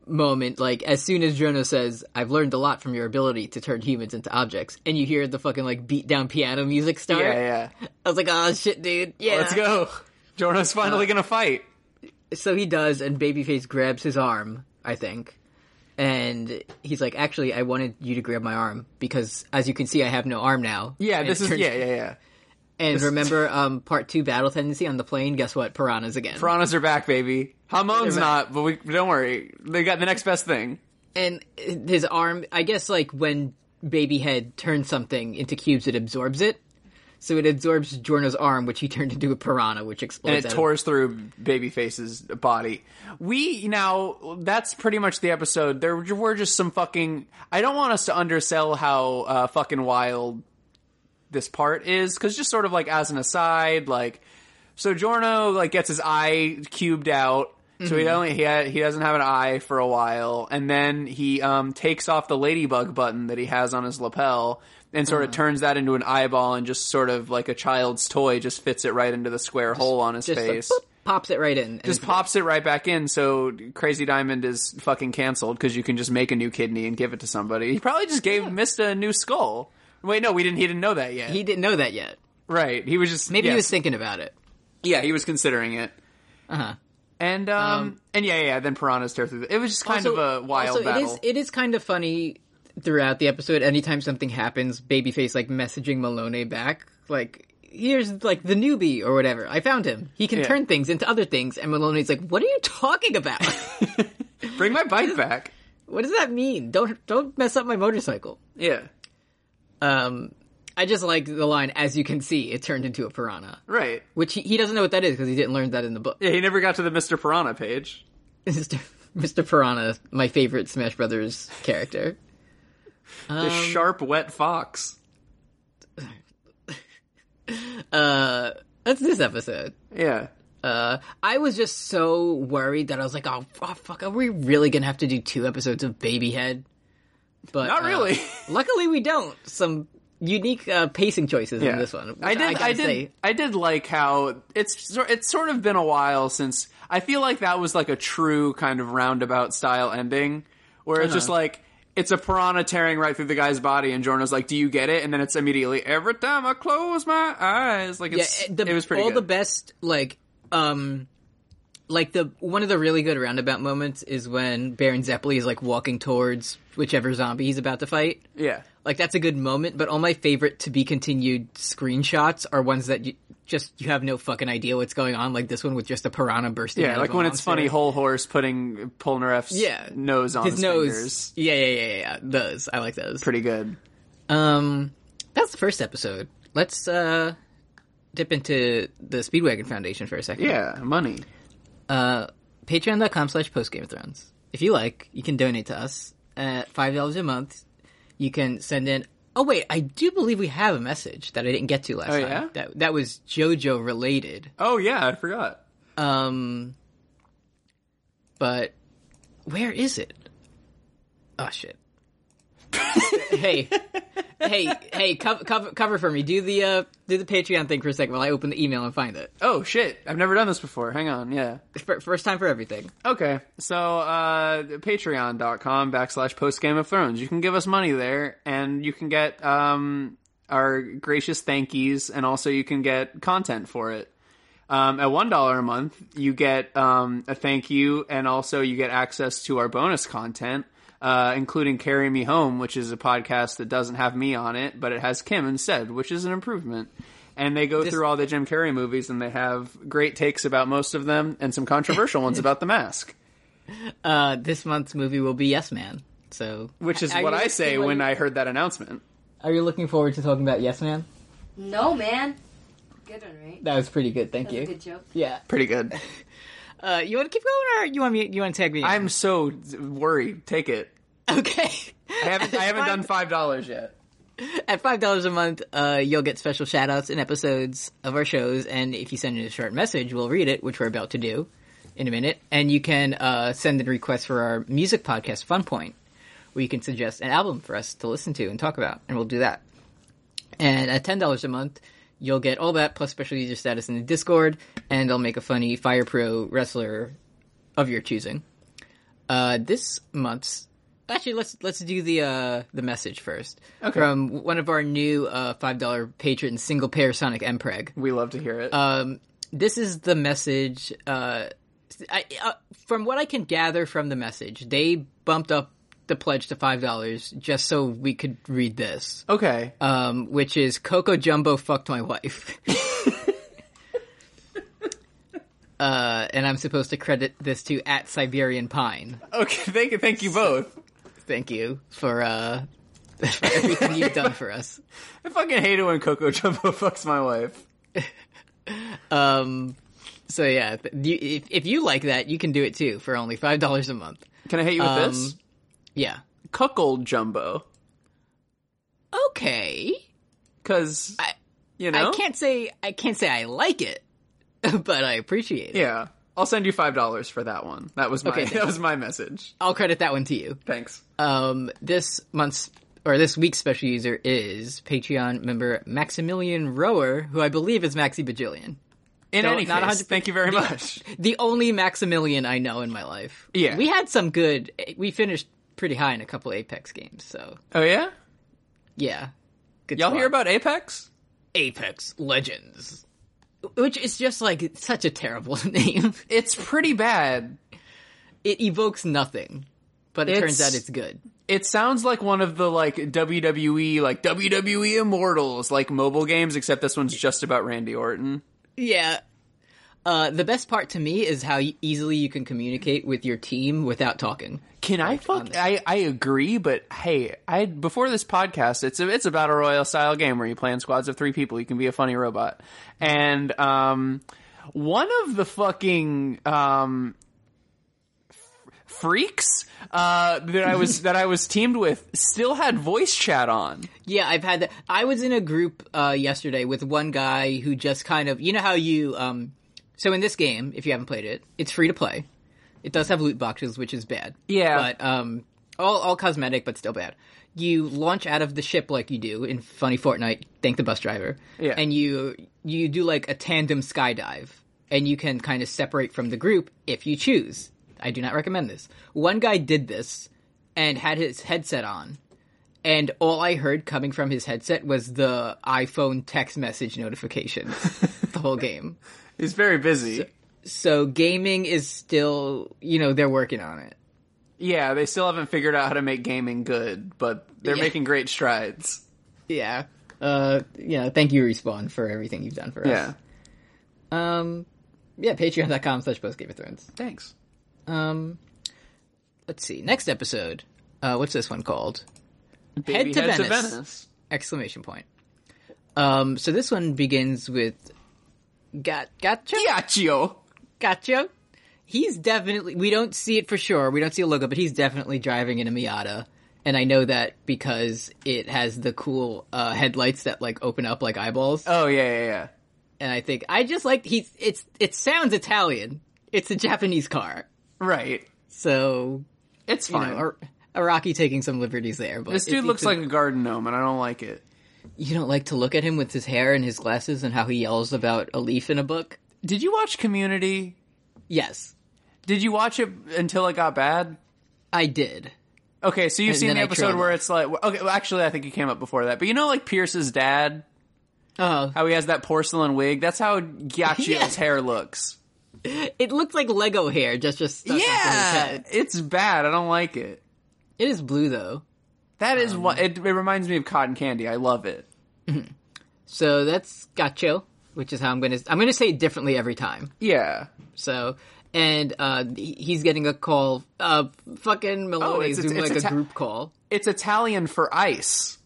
moment, like as soon as Jono says, "I've learned a lot from your ability to turn humans into objects," and you hear the fucking like beat down piano music start. Yeah, yeah. I was like, "Oh shit, dude! Yeah, Let's go. Jorno's finally gonna fight. So he does, and Babyface grabs his arm, I think, and he's like, "Actually, I wanted you to grab my arm because, as you can see, I have no arm now." Yeah, And this it is turns- yeah, yeah, yeah. And remember, um, part two battle tendency on the plane. Guess what? Piranhas again. Piranhas are back, baby. Hamon's They're back. not, but we don't worry. They got the next best thing. and his arm i guess like when babyhead turns something into cubes it absorbs it so it absorbs Jorno's arm, which he turned into a piranha, which explodes. and it out of- tores through Babyface's body. We now that's pretty much the episode. There were just some fucking. I don't want us to undersell how uh, fucking wild this part is, because just sort of like as an aside, like so Jorno like gets his eye cubed out. So Mm-hmm. he only he ha- he doesn't have an eye for a while, and then he um takes off the ladybug button that he has on his lapel, and sort Uh-huh. of turns that into an eyeball, and just sort of like a child's toy, just fits it right into the square hole on his just like, face, boop, Mm-hmm. pops it right in. and just it's- pops it right back in. So Crazy Diamond is fucking canceled because you can just make a new kidney and give it to somebody. He probably just gave Mista a new skull. Wait, no, we didn't. He didn't know that yet. He didn't know that yet. right? He was just Maybe he yes. was thinking about it. Yeah, he was considering it. Uh-huh. And um, and yeah, yeah. Then piranhas tear through. The, it was just kind of a wild also, battle. It is, it is kind of funny throughout the episode. Anytime something happens, Babyface like messaging Maloney back, like, "Here's like the newbie or whatever. I found him. He can Yeah. turn things into other things." And Maloney's like, "What are you talking about?" Bring my bike back. What does that mean? Don't don't mess up my motorcycle. Yeah, Um, I just like the line. As you can see, it turned into a piranha, right. which he, he doesn't know what that is because he didn't learn that in the book. Yeah, he never got to the Mister Piranha page. Mr. Mr. Piranha, my favorite Smash Brothers character. The Um, sharp, wet fox. Uh, that's this episode. Yeah, Uh, I was just so worried that I was like, oh, oh fuck, are we really gonna have to do two episodes of Babyhead? but Not uh, really. luckily, we don't. Some unique uh, pacing choices in this one. which I did. gotta I, did. say, I did like how it's. sor- It's sort of been a while since I feel like that was like a true kind of roundabout style ending, where it's Uh-huh. just like it's a piranha tearing right through the guy's body, and Jorno's like, "Do you get it?" And then it's immediately every time I close my eyes, like yeah, it's, the, it was pretty. all good. the best. Like, um, like the one of the really good roundabout moments is when Baron Zeppeli is like walking towards whichever zombie he's about to fight. yeah. Like that's a good moment, but all my favorite to be continued screenshots are ones that you just you have no fucking idea what's going on. Like this one with just a piranha bursting. out Yeah, of like a when it's funny, monster. whole horse putting Polnareff's Yeah, nose on his, his, nose. fingers. Yeah, yeah, yeah, yeah, yeah. Those I like those. Pretty good. Um, that's the first episode. Let's uh dip into the Speedwagon Foundation for a second. Yeah, money. Uh, patreon.com slash post Game of Thrones. If you like, you can donate to us at five dollars a month. You can send in. Oh wait, I do believe we have a message that I didn't get to last Oh, time. yeah? That that was JoJo related. Oh yeah, I forgot. Um, but where is it? Oh shit! hey, hey, hey! Cover, cover, cover for me. Do the uh, do the Patreon thing for a second while I open the email and find it. Oh shit, I've never done this before. Hang on, yeah. Fir- First time for everything. Okay, so uh, patreon.com backslash post Game of Thrones. You can give us money there, and you can get um, our gracious thankies, and also you can get content for it. Um, at $1 a month, you get um, a thank you, and also you get access to our bonus content, uh, including Carry Me Home, which is a podcast that doesn't have me on it, but it has Kim instead, which is an improvement. And they go through all the Jim Carrey movies, and they have great takes about most of them, and some controversial ones about The Mask, Uh, this month's movie will be Yes Man. So, which is Are what you I say looking- when I heard that announcement. are you looking forward to talking about Yes Man? No, man. Good one, right? That was pretty good. Thank That's you. a good joke. Yeah. Pretty good. Uh, you want to keep going, or you want me? You want to tag me? in? I'm so worried. Take it. okay. I haven't, I haven't done five dollars yet. At five dollars a month, uh, you'll get special shout outs and episodes of our shows, and if you send in a short message, we'll read it, which we're about to do in a minute. And you can uh, send in requests for our music podcast, Fun Point, where you can suggest an album for us to listen to and talk about, and we'll do that. And at ten dollars a month, you'll get all that plus special user status in the Discord, and I'll make a funny Fire Pro wrestler of your choosing. Uh, this month's actually let's let's do the uh, the message first from one of our new uh, five dollar patron single pair Sonic Mpreg. We love to hear it. This is the message. Uh, I, uh, from what I can gather from the message, they bumped up the pledge to five dollars just so we could read this okay. Uh, um, which is Coco Jumbo fucked my wife. uh, and I'm supposed to credit this to at Siberian Pine. okay. Thank you. Thank you both. Thank you for uh, for everything you've done for us. I fucking hate it when Coco Jumbo fucks my wife. Um, so yeah, th- you, if if you like that, you can do it too for only five dollars a month. Can I hit you with this? Um, Yeah. Cuckold Jumbo. Okay. Because, I- you know? I can't say I can't say I like it, but I appreciate it. Yeah. I'll send you $5 for that one. That was my, Okay, that was my message. I'll credit that one to you. Thanks. Um, this month's or this week's special user is Patreon member Maximilian Rower, who I believe is Maxi Bajillion, In So, any not case, 100% thank you very much. the only Maximilian I know in my life. Yeah. we had some good. We finished pretty high in a couple Apex games, so Oh, yeah? yeah. Good Y'all squad. hear about Apex? Apex Legends, which is just like such a terrible name. It's pretty bad. It evokes nothing, but it turns It's- out it's good. It sounds like one of the, like, WWE, like, WWE Immortals, like, mobile games, except this one's just about Randy Orton. Yeah. Uh, the best part to me is how y- easily you can communicate with your team without talking. Can I fuck? I, I agree, but hey, I before this podcast, it's a it's a battle royale style game where you play in squads of three people. You can be a funny robot, and um, one of the fucking um f- freaks uh that I was that I was teamed with still had voice chat on. Yeah, I've had that. I was in a group uh, yesterday with one guy who just kind of, you know how you, um, so in this game, if you haven't played it, it's free to play. It does have loot boxes, which is bad. Yeah. But um, all all cosmetic, but still bad. You launch out of the ship like you do in Funny Fortnite. Thank the bus driver. Yeah. And you you do like a tandem skydive, and you can kind of separate from the group if you choose. I do not recommend this. One guy did this and had his headset on, and all I heard coming from his headset was the iPhone text message notifications the whole game. He's very busy. So gaming is still, you know, they're working on it. Yeah, they still haven't figured out how to make gaming good, but they're Yeah. making great strides. Yeah. Uh, yeah. Thank you, Respawn, for everything you've done for Yeah. us. Um, yeah. Patreon.com slash post Game of Thrones. Thanks. Um, let's see. Next episode. Uh, what's this one called? Baby to head Venice. Exclamation point. Um, so this one begins with got gotcha Piaccio. gotcha. He's definitely. We don't see it for sure. We don't see a logo, but he's definitely driving in a Miata. And I know that because it has the cool uh, headlights that like open up like eyeballs. Oh yeah, yeah, yeah. and I think I just like he's it's it sounds Italian. It's a Japanese car, Right. so It's you fine. know, Ar- Araki taking some liberties there. But this if dude you looks could- like a garden gnome, and I don't like it. you don't like to look at him with his hair and his glasses and how he yells about a leaf in a book. Did you watch Community? Yes, Did you watch it until it got bad? I did. Okay, so you've And seen then the I episode trailed where off. it's like, okay, well, actually, I think it came up before that. But you know, like Pierce's dad, Oh, how he has that porcelain wig. That's how Giaccio's Yeah. hair looks. it looks like Lego hair just just stuck onto his Yeah, head. it's bad. I don't like it. It is blue though, That is what Um, it, it reminds me of cotton candy. I love it. so that's Gacho, which is how I'm gonna I'm gonna say it differently every time. Yeah. So. And uh, he- he's getting a call. Uh, fucking Maloney's Oh, it's- doing it's like a Ita- group call. It's Italian for ice.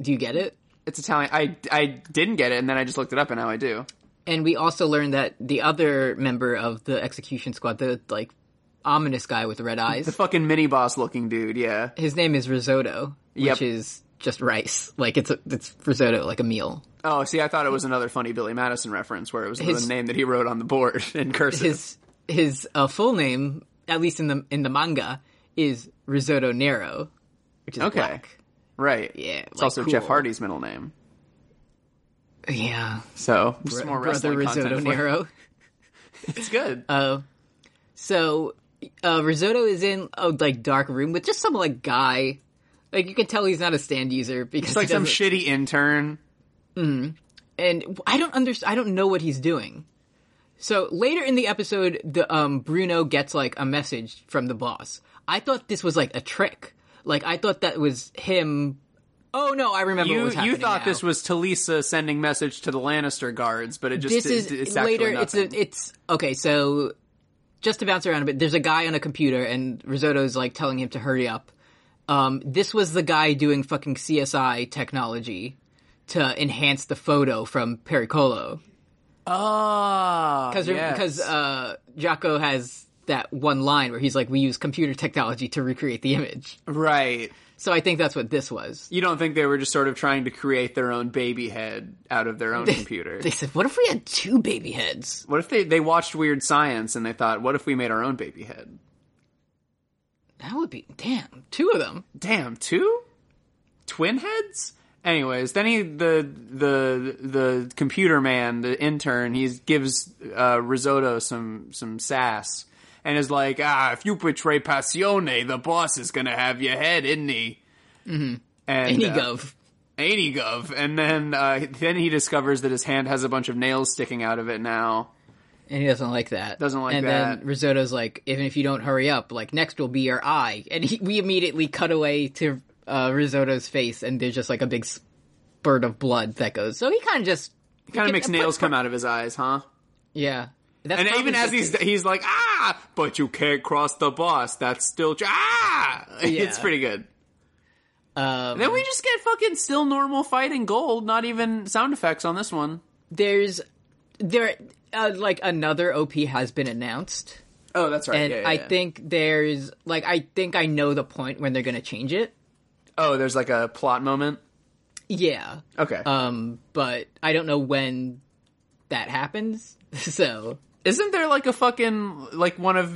Do you get it? It's Italian. I, I didn't get it, and then I just looked it up, and now I do. And we also learned that the other member of the execution squad, the like ominous guy with the red The eyes, fucking mini boss looking dude, yeah. his name is risotto, which Yep. is just rice. Like it's a, it's risotto, like a meal. Oh, see, I thought it was another funny Billy Madison reference where it was His- the name that he wrote on the board in cursive. His his uh, full name, at least in the in the manga, is risotto Nero, which is Okay. black. right. Yeah, It's like, also Jeff cool. Hardy's middle name. Yeah, So, just more brother wrestling content risotto for you. Nero. It's good. Uh, So uh, Risotto is in a like dark room with just some like guy. Like you can tell he's not a stand user because it's like he some doesn't- shitty intern. and I don't understand. I don't know what he's doing. So later in the episode, the um, Bruno gets like a message from the boss. I thought this was like a trick. Like I thought that was him. Oh no, I remember. what You was happening you thought now. this was Talisa sending message to the Lannister guards, but it just this it- is it's actually later. It's nothing. a, it's okay. So just to bounce around a bit, there's a guy on a computer, and Risotto's like telling him to hurry up. Um, this was the guy doing fucking CSI technology to enhance the photo from Pericolo. Ah, because yes. because uh, Jocko has that one line where he's like, "We use computer technology to recreate the image." right. So I think that's what this was. You don't think they were just sort of trying to create their own baby head out of their own computer? They said, "What if we had two baby heads?" What if they, they watched Weird Science and they thought, what if we made our own baby head? That would be damn two of them. Damn, two twin heads. Anyways, then he the the the computer man, the intern, he gives uh, Risotto some some sass and is like, ah, if you betray Passione, the boss is gonna have your head, isn't he? Mm-hmm. And, Any uh, gov. Any gov. And then uh, then he discovers that his hand has a bunch of nails sticking out of it now. And he doesn't like that. Doesn't like and that. then Risotto's like, even if you don't hurry up, like next will be your eye. And he, we immediately cut away to uh, Risotto's face, and there's just like a big spurt of blood that goes. So he kind of just Kind can- of makes nails come out of his eyes, huh? yeah. That's And probably even as just- he's he's like, ah, but you can't cross the boss. That's still tr- ah. It's Yeah. pretty good. um, Then we just get fucking still normal fighting gold. Not even sound effects on this one. there's there uh, like another OP has been announced, Oh, that's right. and Yeah, yeah, I yeah. think there's like I think I know the point when they're gonna change it. oh, there's like a plot moment. Yeah, Okay. um, but I don't know when that happens. So Isn't there like a fucking like one of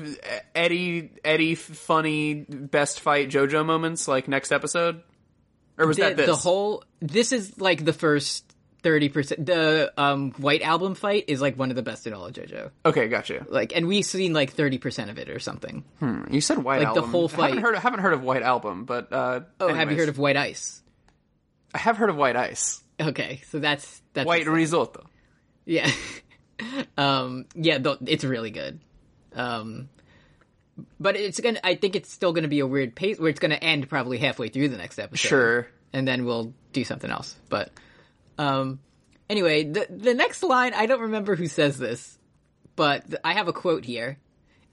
Eddie Eddie funny best fight JoJo moments like next episode? Or was the, that this? the whole this is like the first thirty percent. The um, White Album fight is like one of the best in all of JoJo. okay, gotcha. Like, and we've seen like thirty percent of it or something. You said White Like, the Album. whole Haven't fight. heard, haven't heard of White Album, but uh, Oh, have you anyways. heard of White Ice? I have heard of White Ice, Okay, so that's that's White Risotto. Yeah. um yeah, th- it's really good. Um but it's going to I think it's still going to be a weird pace where it's going to end probably halfway through the next episode. Sure. And then we'll do something else. But um anyway, the the next line, I don't remember who says this, but th- I have a quote here.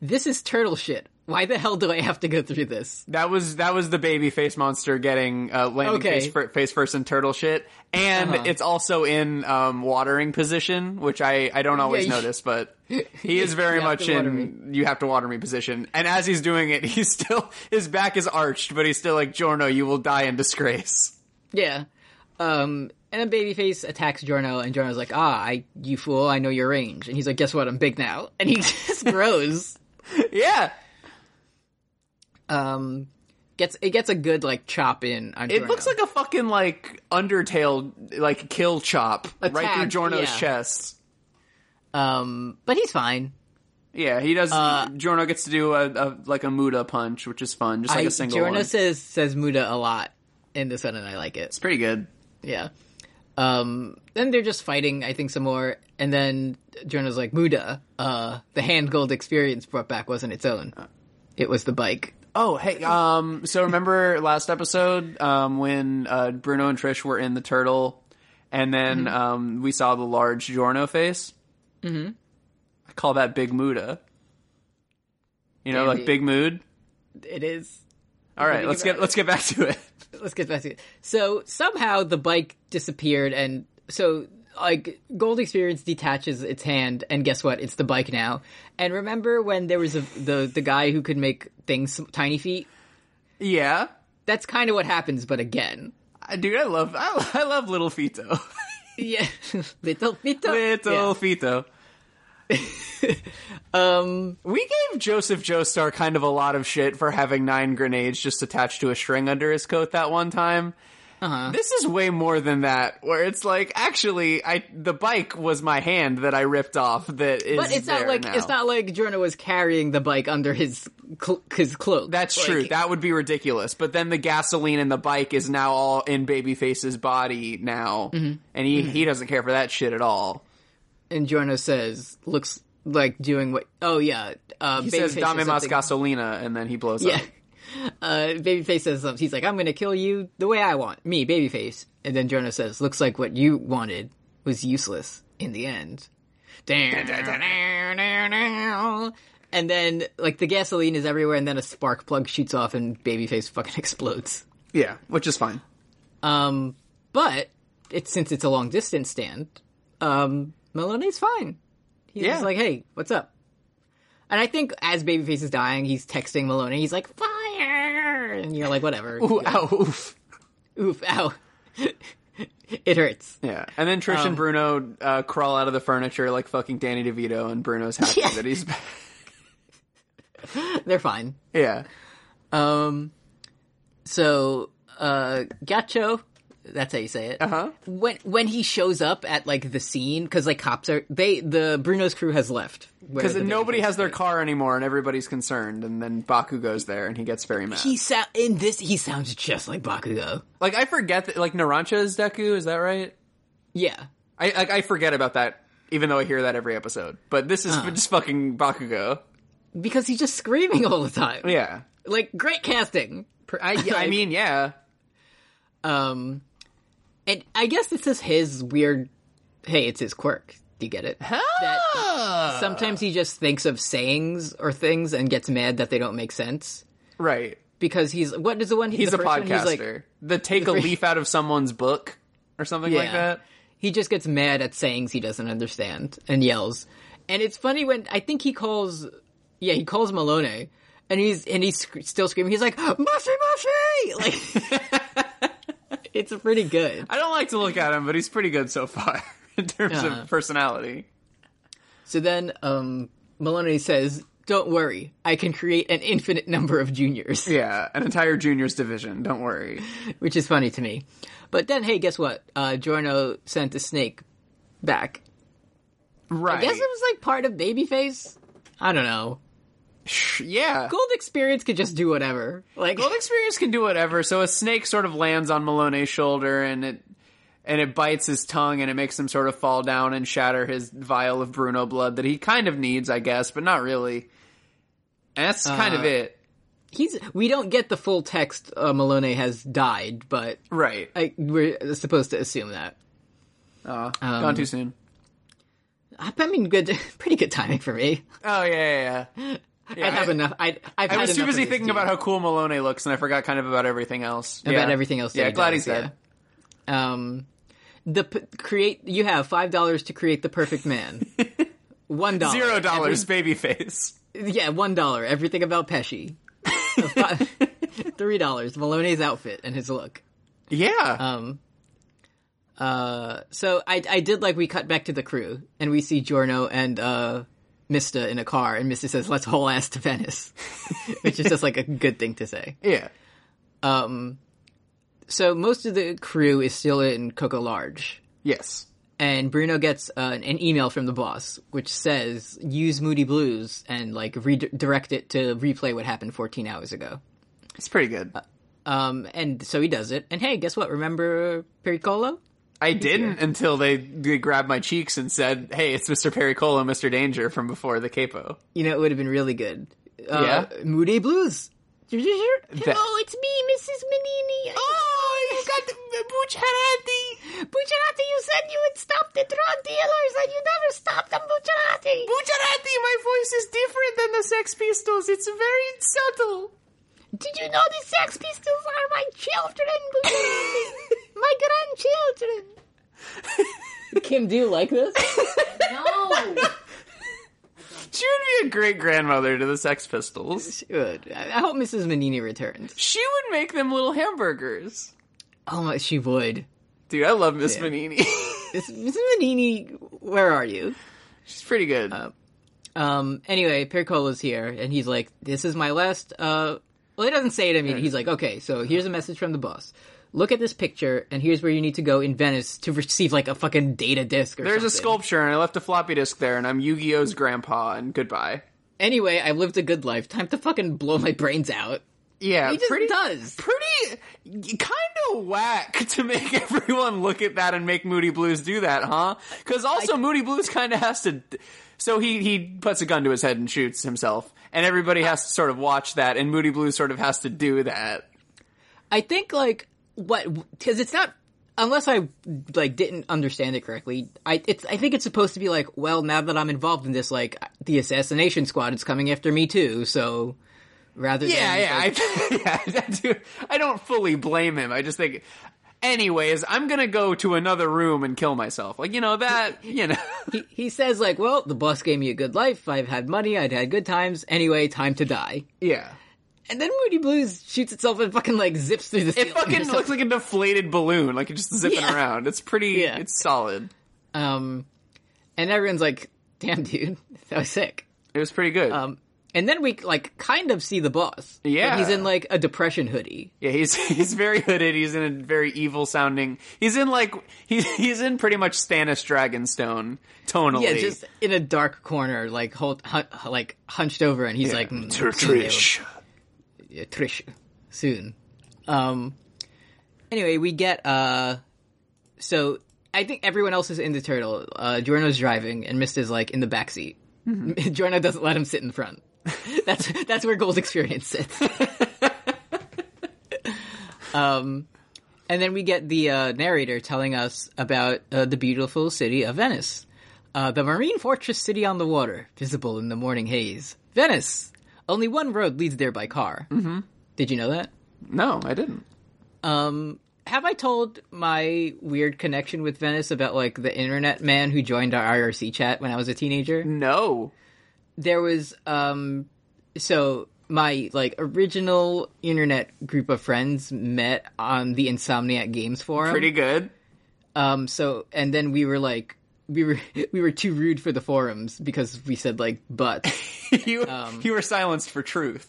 This is turtle shit. Why the hell do I have to go through this? That was that was the baby face monster getting uh, landing Okay. Uh-huh. face, fir- face first in turtle shit, and it's also in um, watering position, which I I don't always Yeah, you- notice, but he is very You have much to water in you have to water me position. And as he's doing it, he's still his back is arched, but he's still like Jorno, you will die in disgrace. Yeah. Um, and then Babyface attacks Jorno, and Jorno's like, ah, I, you fool, I know your range. And he's like, guess what, I'm big now. And he just grows. Yeah, Um, gets, it gets a good, like, chop in on it looks like a fucking like Undertale like kill chop right Attack, through Jorno's yeah. chest. a- um, but he's fine. Yeah, he does. Uh, Jorno gets to do a, a like a Muda punch, which is fun, just like a I- single Giorno one. says, says Muda a lot in this one, and I like it. It's pretty good. Yeah. Um, then they're just fighting, I think, some more, and then Jorno's like, Muda, uh, the hand gold experience brought back wasn't its own. It was the bike. Oh, hey, um, so remember last episode, um, when, uh, Bruno and Trish were in the turtle and then, um, we saw the large Giorno face? Mm-hmm. I call that Big Muda. You know, like Dandy. Big Mood? It is. All right, think let's about get, let's get back to it. let's get back to it. So somehow the bike disappeared, and so like Gold Experience detaches its hand, and guess what? It's the bike now. And remember when there was a, the the guy who could make things tiny feet? Yeah. That's kind of what happens, but again, I- Dude, I love, I, I love Little Fito. yeah, little little Little yeah. Fito. um, we gave Joseph Joestar kind of a lot of shit for having nine grenades just attached to a string under his coat that one time. Uh-huh. This is way more than that. Where it's like, actually, I the bike was my hand that I ripped off. That is, But it's not there like now. it's not like Jorno was carrying the bike under his cl- his cloak. That's Like, true. That would be ridiculous. But then the gasoline in the bike is now all in Babyface's body now, Mm-hmm. and he he doesn't care for that shit at all. and Jorno says looks like doing what? Oh yeah, uh, He says Babyface or "Dame mas something. gasolina," and then he blows up. Yeah. Uh, Babyface says something. He's like, I'm going to kill you the way I want. Me, Babyface. And then Jonah says, looks like what you wanted was useless in the end. And then, like, the gasoline is everywhere, and then a spark plug shoots off, and Babyface fucking explodes. Yeah, which is fine. Um, but it's since it's a long distance stand, um, Malone's fine. He's Yeah. just like, hey, what's up? And I think as Babyface is dying, he's texting Malone. He's like, fire! And you're like, whatever. Ooh, ow, oof. Oof, ow. it hurts. Yeah, and then Trish and Bruno uh, crawl out of the furniture like fucking Danny DeVito, and Bruno's happy Yeah. that he's back. They're fine. yeah. Um, so, uh, Gacho, that's how you say it. Huh? When, when he shows up at, like, the scene, cause, like, cops are, they, the Bruno's crew has left. where Because the nobody Babyface has their car anymore, and everybody's concerned. And then Baku goes there, and he gets very mad. He sa- in this he sounds just like Bakugo. like I forget that like Narancha is Deku, is that right? Yeah. I like I forget about that, even though I hear that every episode. But this is just fucking Bakugo. Because he's just screaming all the time. Yeah, Like great casting. I, I mean, yeah. Um and I guess this is his weird hey, it's his quirk. Do you get it? That sometimes he just thinks of sayings or things and gets mad that they don't make sense. right. Because he's what is the one He's the a first one, he's podcaster. like- the take a leaf out of someone's book or something like Yeah. that. he just gets mad at sayings he doesn't understand and yells. And it's funny when I think he calls, yeah, he calls Malone, and he's and he's sc- still screaming. He's like, "Mushy, mushy!" Like, it's pretty good. I don't like to look at him, but he's pretty good so far in terms Uh-huh. of personality. So then um, Maloney says, "Don't worry, I can create an infinite number of juniors," Yeah, an entire juniors division. Don't worry. which is funny to me. But then, hey, guess what? Uh, Giorno sent a snake back. Right. I guess it was like part of Babyface. I don't know. yeah. Gold Experience could just do whatever. Like, Gold Experience can do whatever. So a snake sort of lands on Maloney's shoulder and it and it bites his tongue and it makes him sort of fall down and shatter his vial of Bruno blood that he kind of needs, I guess, but not really. And that's kind Uh, of it. he's we don't get the full text. Uh, Malone has died, but Right. I, we're supposed to assume that. Uh, um, gone too soon. I I mean, good, pretty good timing for me. Oh yeah, yeah, yeah. Yeah, I'd have I- enough. I'd, I've I had was too enough of busy this thinking dude. about how cool Maloney looks, and I forgot kind of about everything else. about Yeah. everything else. that Yeah, he glad does, he's dead. yeah. Um, the p- create you have five dollars to create the perfect man. One dollar, Zero dollars, baby face. Every- yeah, one dollar. Everything about Pesci. A fi- Three dollars. Maloney's outfit and his look. Yeah. Um, So I, I did like we cut back to the crew and we see Giorno and uh, Mista in a car and Mista says, "Let's haul ass to Venice," which is just like a good thing to say. yeah. So most of the crew is still in Coco Large. Yes. and Bruno gets uh, an, an email from the boss which says use Moody Blues and like redirect it to replay what happened 14 hours ago. It's pretty good. Um, and so he does it. And hey, guess what? Remember Pericolo? I didn't until they, they grabbed my cheeks and said, "Hey, it's Mr. Pericolo, Mr. Danger from before the capo." You know, it would have been really good. Uh, Yeah. Moody Blues. Hello, Oh, it's me, Mrs. Manini. Oh, you got the Bucciarati. Bucciarati, you said you would stop the drug dealers and you never stopped them, Bucciarati. Bucciarati, my voice is different than the Sex Pistols. It's very subtle. Did you know the Sex Pistols are my children, my grandchildren? Kim, do you like this? No. She would be a great grandmother to the Sex Pistols. Good. I I hope Mrs. Manini returns. She would make them little hamburgers. Oh my, she would. Dude, I love Miss Yeah. Manini. Is- Mrs. Manini, where are you? She's pretty good. Um. Anyway, Pericolo's here, and he's like, "This is my last." Uh. Well, he doesn't say it. I mean, he's like, "Okay, so here's a message from the boss." Look at this picture, and here's where you need to go in Venice to receive like a fucking data disk or There's a something. sculpture, and I left a floppy disk there, and I'm Yu Gi Oh's grandpa, and goodbye. Anyway, I've lived a good life. Time to fucking blow my brains out. Yeah, He just pretty does. pretty kind of whack to make everyone look at that and make Moody Blues do that, huh? Because also Moody Blues kind of has to. So he he puts a gun to his head and shoots himself, and everybody has to sort of watch that, and Moody Blues sort of has to do that. I think like what because it's not unless I like didn't understand it correctly. I it's I think it's supposed to be like well now that I'm involved in this like the assassination squad is coming after me too. So rather Yeah, than, yeah, like, I, yeah. I do- I don't fully blame him. I just think. Anyways, I'm gonna go to another room and kill myself. Like you know that you know. he, he says like well the boss gave me a good life. I've had money. I'd had good times. Anyway, time to die. yeah. And then Moody Blues shoots itself and fucking like zips through the It ceiling or fucking something. looks like a deflated balloon, like it's just zipping Yeah. around. It's pretty. Yeah. It's solid. um, and everyone's like damn dude that was sick. It was pretty good. Um, and then we like kind of see the boss. But Yeah. he's in like a depression hoodie. yeah, he's he's very hooded. He's in a very evil sounding. He's in like he's he's in pretty much Stannis Dragonstone tonally. Yeah, just in a dark corner, like hold, hun- like hunched over, and he's like mm, Tr- soon they Trish. will- yeah, Trish, soon. Um. Anyway, we get uh. So I think everyone else is in the turtle. Uh, Giorno's driving, and Mista's like in the back seat. Giorno doesn't let him sit in front. That's that's where Gold Experience sits. um, Um, and then we get the uh, narrator telling us about uh, the beautiful city of Venice. Uh, the marine fortress city on the water, visible in the morning haze. Venice! Only one road leads there by car. Mm-hmm. Did you know that? No, I didn't. Have I told my weird connection with Venice about, like, the internet man who joined our IRC chat when I was a teenager? No. There was, um, so my, like, original internet group of friends met on the Insomniac Games forum. Pretty good. Um, so, and then we were like, we were we were too rude for the forums because we said like but you, um, you were silenced for truth.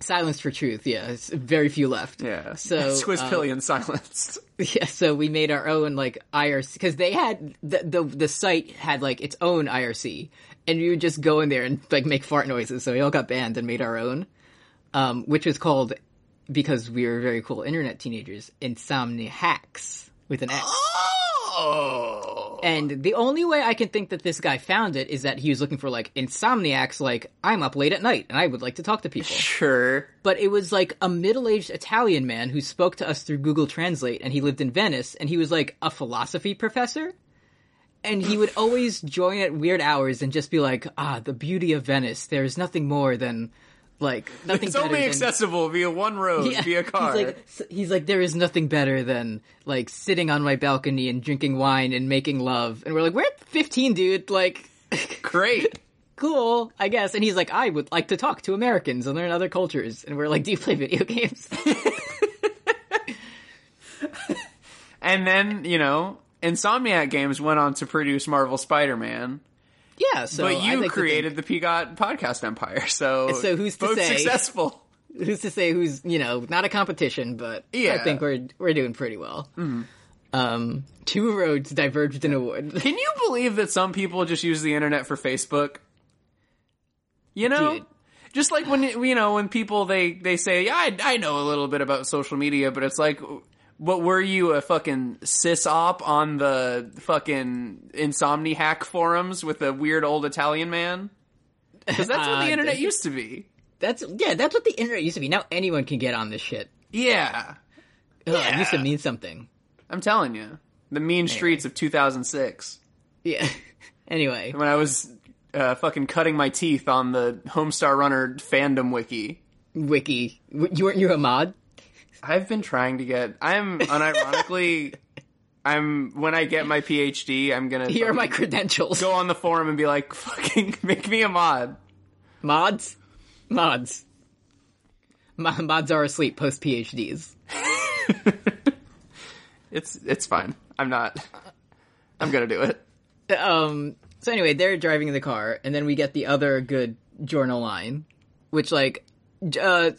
silence for truth. Yeah, it's very few left. Yeah. So, Swiss um, Pillion silenced. Yeah, so we made our own like IRC because they had the, the the site had like its own IRC, and we would just go in there and like make fart noises. So we all got banned and made our own, um, which was called because we were very cool internet teenagers, Insomnia Hacks with an X. Oh. And the only way I can think that this guy found it is that he was looking for like insomniacs, like I'm up late at night and I would like to talk to people Sure. but it was like a middle-aged Italian man who spoke to us through Google Translate and he lived in Venice and he was like a philosophy professor and he would always join at weird hours and just be like ah the beauty of Venice there's nothing more than like nothing It's only better than- accessible via one road, Yeah. via car. He's like, s- he's like, there is nothing better than like sitting on my balcony and drinking wine and making love. And we're like, we're at 15, dude. Like, Great. cool, I guess. And he's like, I would like to talk to Americans and learn other cultures. And we're like, do you play video games? And then, you know, Insomniac Games went on to produce Marvel Spider Man. Yeah, so But I'd you like to created the Peagot podcast empire, so So who's to both say? successful? think- who's to say who's you know not a competition, but Yeah. Mm-hmm. I think we're we're doing pretty well. Um, two roads diverged in a wood. Can you believe that some people just use the internet for Facebook? You know, Dude. just like when you know when people they they say, yeah, I, I know a little bit about social media, but it's like, what were you a fucking cis op on the fucking insomni hack forums with a weird old Italian man? Because that's what Uh, the internet that- used to be. That's yeah, that's what the internet used to be. Now anyone can get on this shit. Yeah, Ugh, It used to Yeah. mean something. I'm telling you, the mean streets of 2006. Yeah. anyway, when I was uh, fucking cutting my teeth on the Homestar Runner fandom wiki. Wiki, w- you weren't you a mod? I've been trying to get. I'm unironically. I'm when I get my PhD, I'm gonna Here are my fucking credentials. go on the forum and be like, "Fucking make me a mod." Mods, mods. Mo- Mods are asleep post PhDs. It's it's fine. I'm not. I'm gonna do it. um so anyway they're driving the car and then we get the other good journal line which like j- uh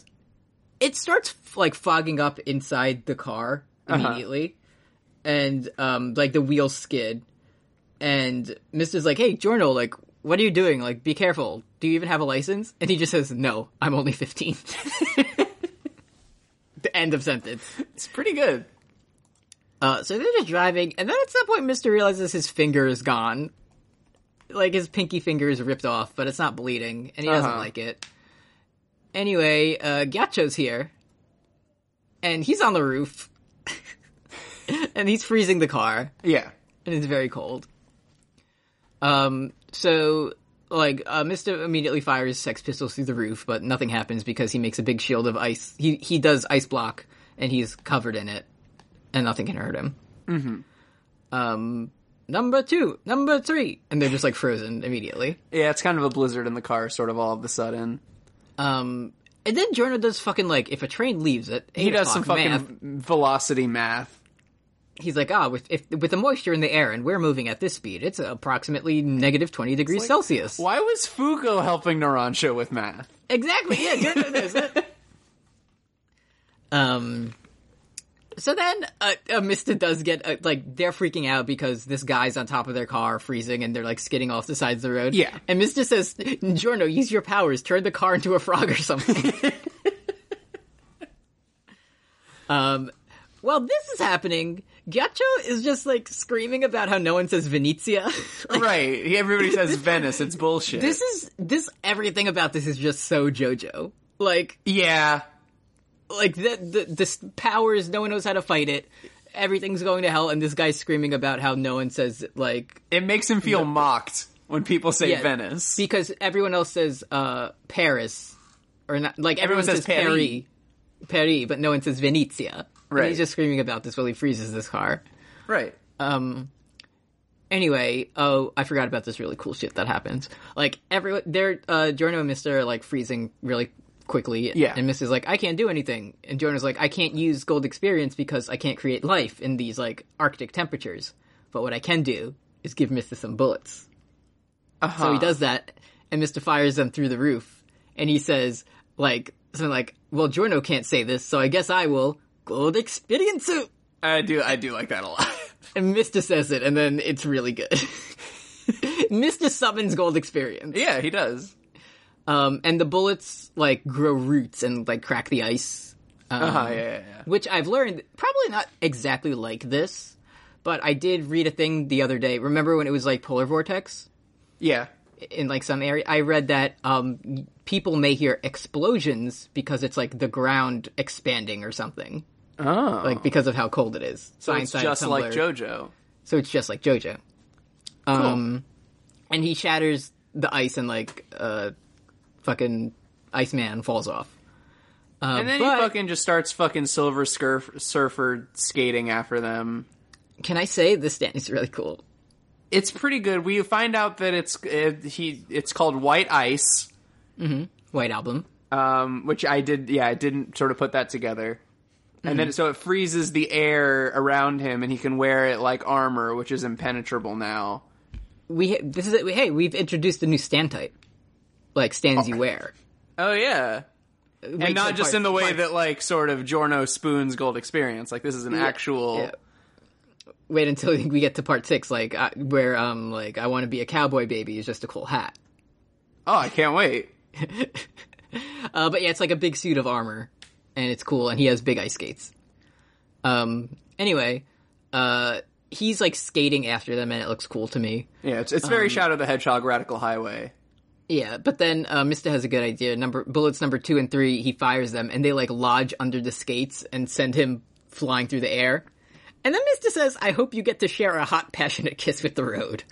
it starts like fogging up inside the car immediately and um like the wheels skid and mrs like hey journal like what are you doing like be careful do you even have a license and he just says no i'm only 15 the end of sentence It's pretty good. uh, so they're just driving, and then at some point, Mister realizes his finger is gone, like his pinky finger is ripped off, but it's not bleeding, and he doesn't Uh-huh. like it. Anyway, uh, Gacho's here, and he's on the roof, and he's freezing the car, Yeah. and it's very cold. Um, so like uh, Mister immediately fires Sex Pistols through the roof, but nothing happens because he makes a big shield of ice. He he does ice block, and he's covered in it, and nothing can hurt him. Mm-hmm. Um, number two, number three, and they're just like frozen immediately. Yeah, it's kind of a blizzard in the car, sort of all of a sudden. Um, and then Jorno does fucking like if a train leaves it, He does some fucking velocity math. he's like, ah, with if, with the moisture in the air and we're moving at this speed, it's approximately negative twenty degrees Celsius. Why was Fugo helping Naranjo with math? Exactly. Yeah, Jordan knows it. Um. So then, uh, uh, Mista does get uh, like they're freaking out because this guy's on top of their car, freezing, and they're like skidding off the sides of the road. Yeah. and Mista says, "Jorno, use your powers, turn the car into a frog or something." um, while this is happening, Gacho is just like screaming about how no one says Venezia. Like, Right. He- Everybody says Venice. It's bullshit. This is this everything about this is just so JoJo. Like yeah. like the, the this powers no one knows how to fight it everything's going to hell and this guy's screaming about how no one says like It makes him feel mocked when people say Yeah. Venice. because everyone else says uh paris or not like everyone, says says, paris paris but no one says venezia And Right. he's just screaming about this while he freezes this car right. anyway, oh, I forgot about this really cool shit that happens. Like everyone, they're uh, Jorno and Mister are like freezing really quickly. Yeah. and Mister's like, I can't do anything, and Jorno's like, I can't use gold experience because I can't create life in these like Arctic temperatures. But what I can do is give Mister some bullets. Uh-huh. So he does that, and Mister fires them through the roof, and he says like something like, "Well, Giorno can't say this, so I guess I will." Gold experience. I do. I do like that a lot. And Mister says it, and then it's really good. Mister summons Gold Experience. yeah, he does. Um, and the bullets like grow roots and like crack the ice, Uh-huh, Um, yeah, yeah, yeah. which I've learned probably not exactly like this, but I did read a thing the other day. Remember when it was like polar vortex Yeah. in like some area? I read that um, people may hear explosions because it's like the ground expanding or something, Oh, like because of how cold it is. so it's just like JoJo. So it's just like JoJo. Um, and he shatters the ice and like uh, fucking Iceman falls off. Uh, And then but- he fucking just starts fucking Silver Surf- Surfer skating after them. Can I say this stand is really cool? It's pretty good. We find out that it's it, he. It's called White Ice, White album. um, which I did. Yeah, I didn't sort of put that together. And then so it freezes the air around him, and he can wear it like armor, which is impenetrable now. We this is hey we've introduced a new stand type, like stands you wear, Oh yeah, and not just in the way that. that like sort of Jorno spoons gold experience. Like this is an actual. yeah. wait until we get to part six, like I, where um like I want to be a cowboy baby is just a cool hat. Oh, I can't wait. Uh, but yeah, it's like a big suit of armor, and it's cool, and he has big ice skates. Um. Anyway, uh, he's like skating after them, and it looks cool to me. Yeah, it's, it's very Shadow the Hedgehog Radical Highway. Yeah, but then uh, Mister has a good idea. Number bullets number two and three, he fires them, and they like lodge under the skates and send him flying through the air. And then Mister says, "I hope you get to share a hot, passionate kiss with the road."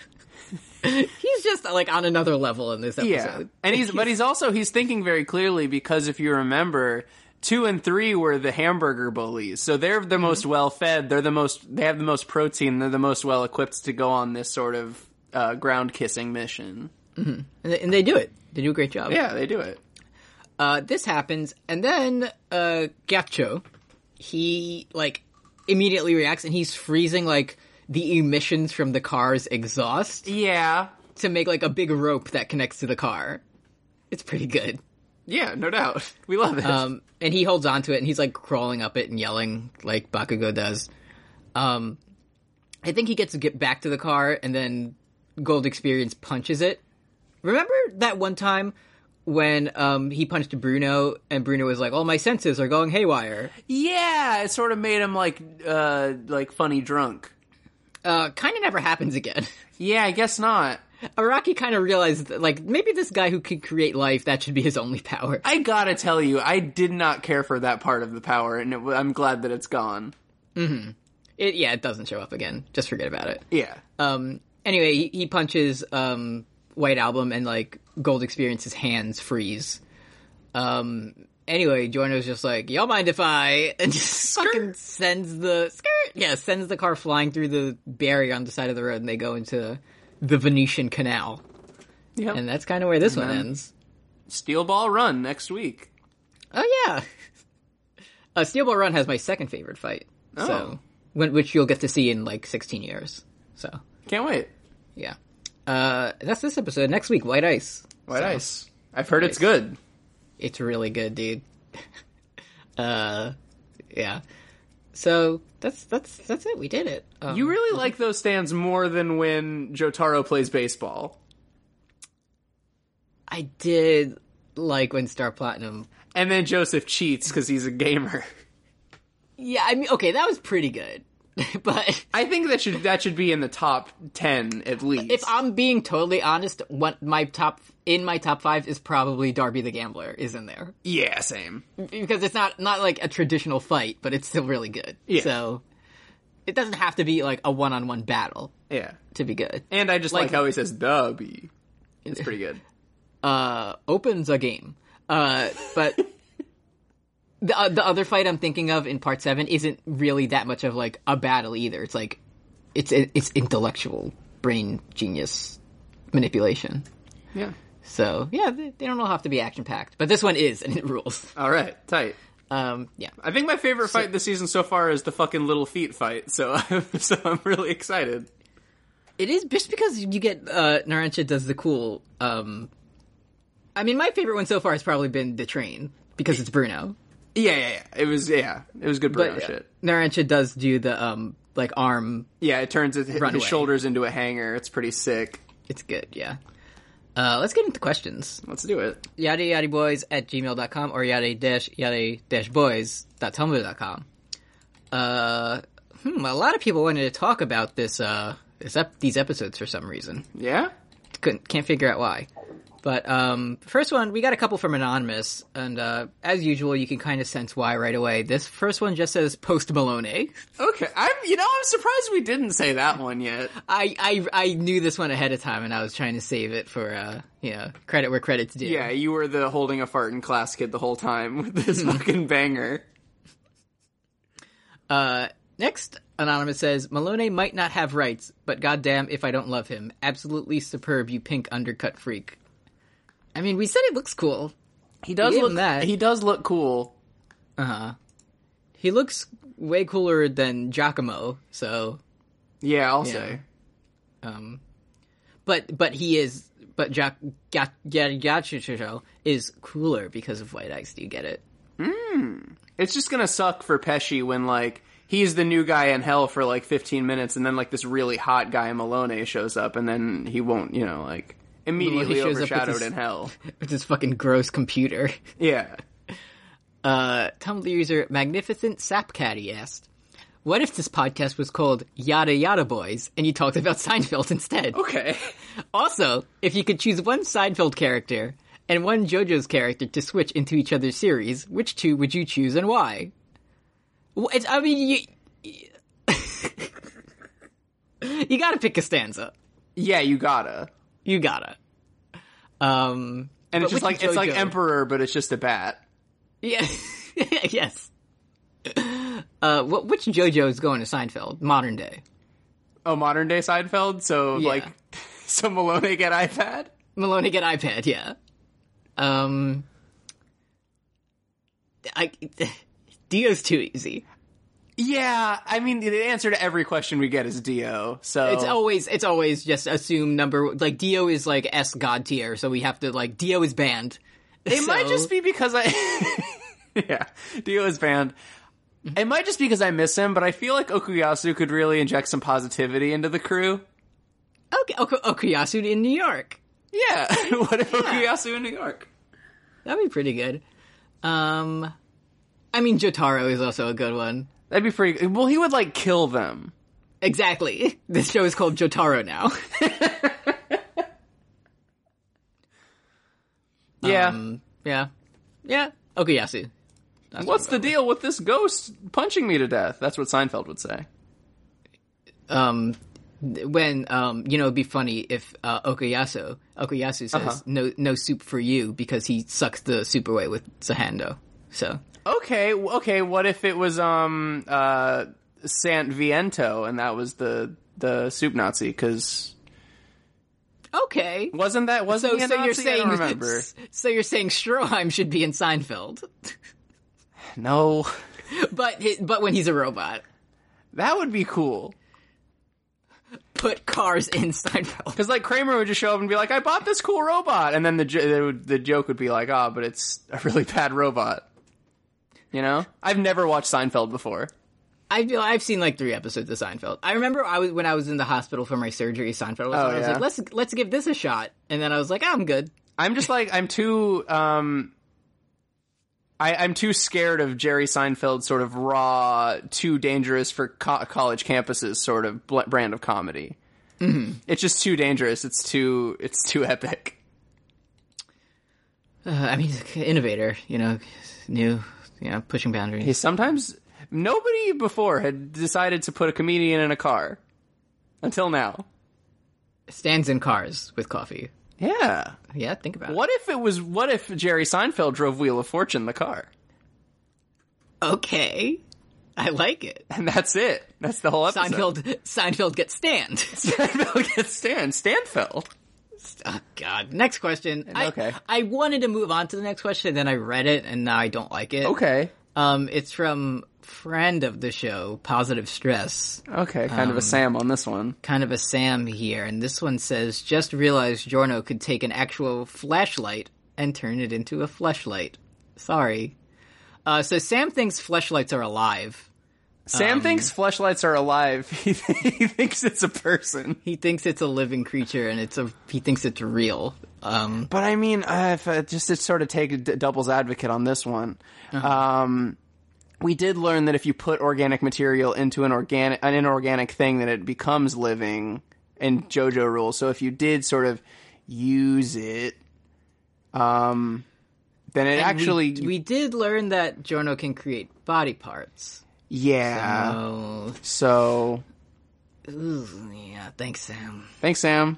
he's just like on another level in this episode. Yeah, and he's but he's also he's thinking very clearly because if you remember, two and three were the hamburger bullies, so they're the most well fed. They're the most they have the most protein. They're the most well equipped to go on this sort of uh, ground kissing mission. and they, and they do it. They do a great job. Yeah, they do it. uh, this happens, and then uh, Gacho, he like immediately reacts, and he's freezing like the emissions from the car's exhaust Yeah, to make like a big rope that connects to the car. It's pretty good. yeah, no doubt. We love it. Um, and he holds onto it, and he's like crawling up it and yelling like Bakugo does. Um, I think he gets to get back to the car, and then Gold Experience punches it. Remember that one time when um, he punched Bruno, and Bruno was like, "All my senses are going haywire." yeah, it sort of made him like uh like funny drunk. Uh, kind of never happens again. Yeah, I guess not. Araki kind of realized that, like maybe this guy who could create life that should be his only power. I gotta tell you, I did not care for that part of the power, and it, I'm glad that it's gone. It, yeah, it doesn't show up again. Just forget about it. Yeah. Um, anyway, he, he punches um, White Album and like Gold Experience's hands freeze. Um, anyway, Joyner's just like, "Y'all mind if I?" and just fucking sends the skirt. Yeah, sends the car flying through the barrier on the side of the road, and they go into the Venetian Canal. Yep. And that's kind of where this one ends. Steel Ball Run next week. Oh yeah. Uh, Steel Ball Run has my second favorite fight, so when, which you'll get to see in like 16 years. So Can't wait. yeah, uh, that's this episode. Next week, White Ice. White ice. I've heard it's good. It's really good, dude. uh, yeah. So that's that's that's it. We did it. Um, You really like those stands more than when Jotaro plays baseball. I did like when Star Platinum. And then Joseph cheats because he's a gamer. Yeah, I mean, okay, that was pretty good. but I think that should that should be in the top ten at least. if I'm being totally honest, what my top in my top five is probably Darby the Gambler is in there yeah, same. because it's not not like a traditional fight, but it's still really good. Yeah. So it doesn't have to be like a one on one battle Yeah. to be good. And I just like, Like- how he says W. It's pretty good. uh, opens a game. Uh, but the uh, the other fight I'm thinking of in part seven isn't really that much of like a battle either. It's like it's it's intellectual brain genius manipulation. Yeah. So yeah, they, they don't all have to be action packed, but this one is, and it rules. All right, tight. Um, yeah, I think my favorite fight this season so far is the fucking little feet fight. So, so I'm really excited. It is just because you get uh Narancha does the cool um I mean my favorite one so far has probably been the train because it's Bruno. Yeah, yeah, yeah. It was yeah, it was good Bruno But Oh, shit. Narancha does do the um like arm Yeah, it turns his, Runaway. his shoulders into a hanger. It's pretty sick. it's good, yeah. Uh, let's get into questions. Let's do it. Yada yada boys at gmail.com or yada dash yada dash boys dot tumblr dot com. Uh, hmm, a lot of people wanted to talk about this, uh, this ep- these episodes for some reason. Yeah. couldn't can't figure out why. But um, first one, we got a couple from anonymous, and uh, as usual, you can kind of sense why right away. This first one just says post eh? Maloney. Okay. I'm. You know, I'm surprised we didn't say that one yet. I, I I knew this one ahead of time, and I was trying to save it for uh, you know credit where credit's due. Yeah, you were the holding a fart in class kid the whole time with this fucking banger. Uh, next, anonymous says Maloney might not have rights, but goddamn if I don't love him. Absolutely superb, you pink undercut freak. I mean, we said it looks cool. He does Give him look. that. He does look cool. He looks way cooler than Giacomo, so Yeah, I'll Yeah. say. Um, but but he is but Jack Gat Gat Gatchucho is cooler because of White X. Do you get it? It's just gonna suck for Pesci when like he's the new guy in hell for like 15 minutes, and then like this really hot guy Malone shows up, and then he won't. You know, like immediately shows up with overshadowed his- in hell. With this fucking gross computer. Yeah. Uh, Tumblr user Magnificent Sapcatty asked, "What if this podcast was called Yada Yada Boys and you talked about Seinfeld instead? Okay. Also, if you could choose one Seinfeld character." And one JoJo's character to switch into each other's series. Which two would you choose and why? Well, It's, I mean, you, you, you gotta pick a stanza. Yeah, you gotta. You gotta. Um, but And it's just with like it's like JoJo- Emperor, but it's just a bat. Yeah. yes. Uh, what, which JoJo is going to Seinfeld? Modern day. Oh, modern day Seinfeld. So Yeah. like, so Malone get iPad. Maloney get iPad. Yeah. Um. I. Dio's too easy. Yeah, I mean the answer to every question we get is Dio. So It's always it's always just assume number like Dio is like S god tier, so we have to like Dio is banned. It might just be because I. yeah, Dio is banned. It might just be because I miss him, but I feel like Okuyasu could really inject some positivity into the crew. okay. Ok- Okuyasu in New York. Yeah, what if Okuyasu in New York? That'd be pretty good. Um, I mean, Jotaro is also a good one. That'd be pretty. Well, he would like kill them. Exactly. This show is called Jotaro now. Yeah. Um, yeah. Yeah. Okuyasu. What's the deal with this ghost punching me to death? That's what Seinfeld would say. Um, th- when, um, you know, it'd be funny if, uh, Okuyasu, Okuyasu says, Uh-huh. no, no soup for you because he sucks the soup away with Sahando. So, Okay, w- okay. What if it was um uh Sant Viento and that was the the soup Nazi? Because okay. wasn't that wasn't So, he a so you're Nazi? I saying, don't remember? so you're saying Stroheim should be in Seinfeld, No, but, hi- but when he's a robot, that would be cool. put cars in Seinfeld. Because like Kramer would just show up and be like, "I bought this cool robot," and then the jo- they would- the joke would be like, "Ah, but it's a really bad robot." You know, I've never watched Seinfeld before. I feel I've seen like three episodes of Seinfeld. I remember I was when I was in the hospital for my surgery. Seinfeld was Oh, on. I was yeah. like, let's let's give this a shot, and then I was like, I'm good. I'm just like I'm too um I, I'm too scared of Jerry Seinfeld's sort of raw, too dangerous for co- college campuses sort of bl- brand of comedy. Mm-hmm. It's just too dangerous. It's too it's too epic. Uh, I mean, he's an innovator, you know, new, you know, pushing boundaries. He sometimes nobody before had decided to put a comedian in a car until now. Stands in cars with coffee. Yeah. Yeah, think about What if it was? What if Jerry Seinfeld drove Wheel of Fortune the car, it. Okay, I like it. and that's it? That's the whole episode. Seinfeld. Seinfeld gets stand. Seinfeld gets Stan. Stanfeld. oh, God. Next question. I- Okay. I, wanted to move on to the next question, then I read it, and now I don't like it. Okay. Um, it's from friend of the show, Positive Stress. Okay, kind of a Sam on this one. Kind of a Sam here, and this one says, "Just realized Jorno could take an actual flashlight and turn it into a fleshlight." Sorry. Uh, so Sam thinks fleshlights are alive. Sam thinks fleshlights are alive. He, he thinks it's a person. He thinks it's a living creature, and it's a he thinks it's real. Um, But I mean, uh, if, uh, just to sort of take a d- devil's advocate on this one, um, we did learn that if you put organic material into an organic an inorganic thing, that it becomes living in JoJo rules. So if you did sort of use it, um, then it And we- actually, we, did learn that Jorno can create body parts. yeah. Uh. Oh, So ooh, yeah. Thanks, Sam. thanks, Sam.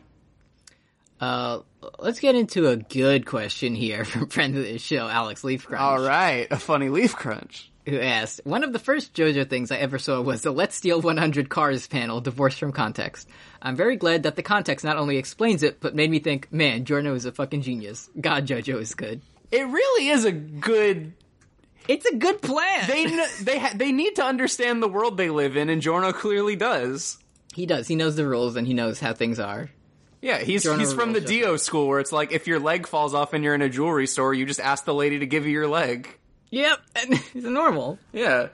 Uh, let's get into a good question here from friend of the show, Alex Leafcrunch, All right, a funny leaf crunch. who asked, "One of the first JoJo things I ever saw was the Let's Steal 100 Cars panel, divorced from context. I'm very glad that the context not only explains it, but made me think, man, Jorno is a fucking genius. God, JoJo is good. It really is a good It's a good plan. they kn- they ha- they need to understand the world they live in, and Jorno clearly does. he does. He knows the rules and he knows how things are." Yeah, he's Jorno he's from the rules it. Dio school where it's like if your leg falls off and you're in a jewelry store, you just ask the lady to give you your leg. Yep, and it's normal. Yeah,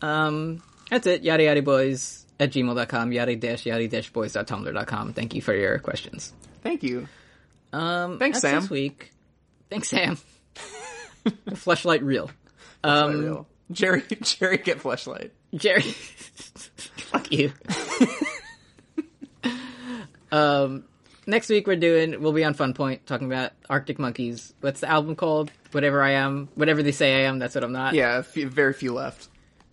Um, that's it. Yada yada boys at gmail.com, yada dash yada dash boys.tumblr.com. Thank you for your questions. thank you. Um, Thanks, that's Sam. This week. Thanks, Sam. Fleshlight real. For Um, real. Um, Jerry Jerry get flashlight. Jerry. Fuck you. um, next week we're doing, we'll be on Fun Point talking about Arctic Monkeys. What's the album called? Whatever I am, whatever they say I am, that's what I'm not. Yeah, few, very few left.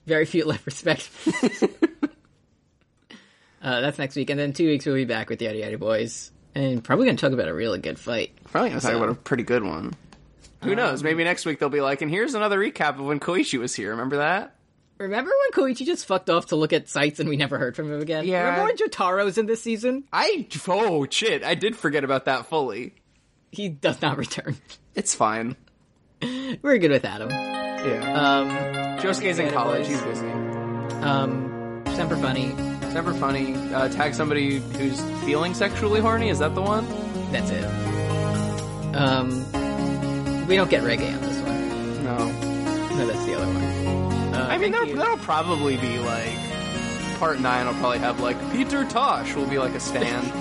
Very few left respect. uh, that's next week. And then two weeks we'll be back with Yada Yada Boys. And probably going to talk about a really good fight. Probably gonna talk So- about a pretty good one. Who Um, knows? Maybe next week they'll be like, and here's another recap of when Koichi was here. Remember that? Remember when Koichi just fucked off to look at sites and we never heard from him again? Yeah. Remember when Jotaro's in this season? I oh shit, I did forget about that fully. He does not return. It's fine. We're good with Adam. Yeah, Um, Josuke's in yeah, college. boys. He's busy. um, Semper Funny. Never funny. Uh, tag somebody who's feeling sexually horny. Is that the one? That's it. Um, we don't get reggae on this one. No. No, that's the other one. Uh, I mean, thank that'll, you. that'll probably be like part nine. Will probably have like Peter Tosh will be like a stand.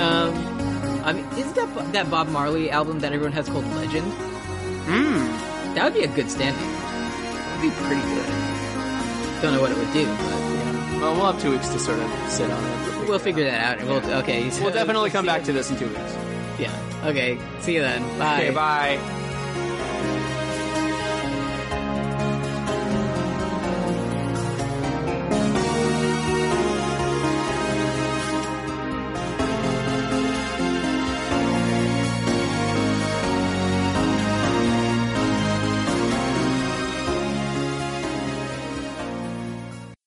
Um, I mean, isn't that that Bob Marley album that everyone has called Legend? Mmm, That would be a good standing. that'd be pretty good. Don't know what it would do, but Well, we'll have two weeks to sort of sit on it. we'll figure that out. And we'll okay. so- We'll definitely come back to this in two weeks. Yeah. Okay. See you then. Okay, bye.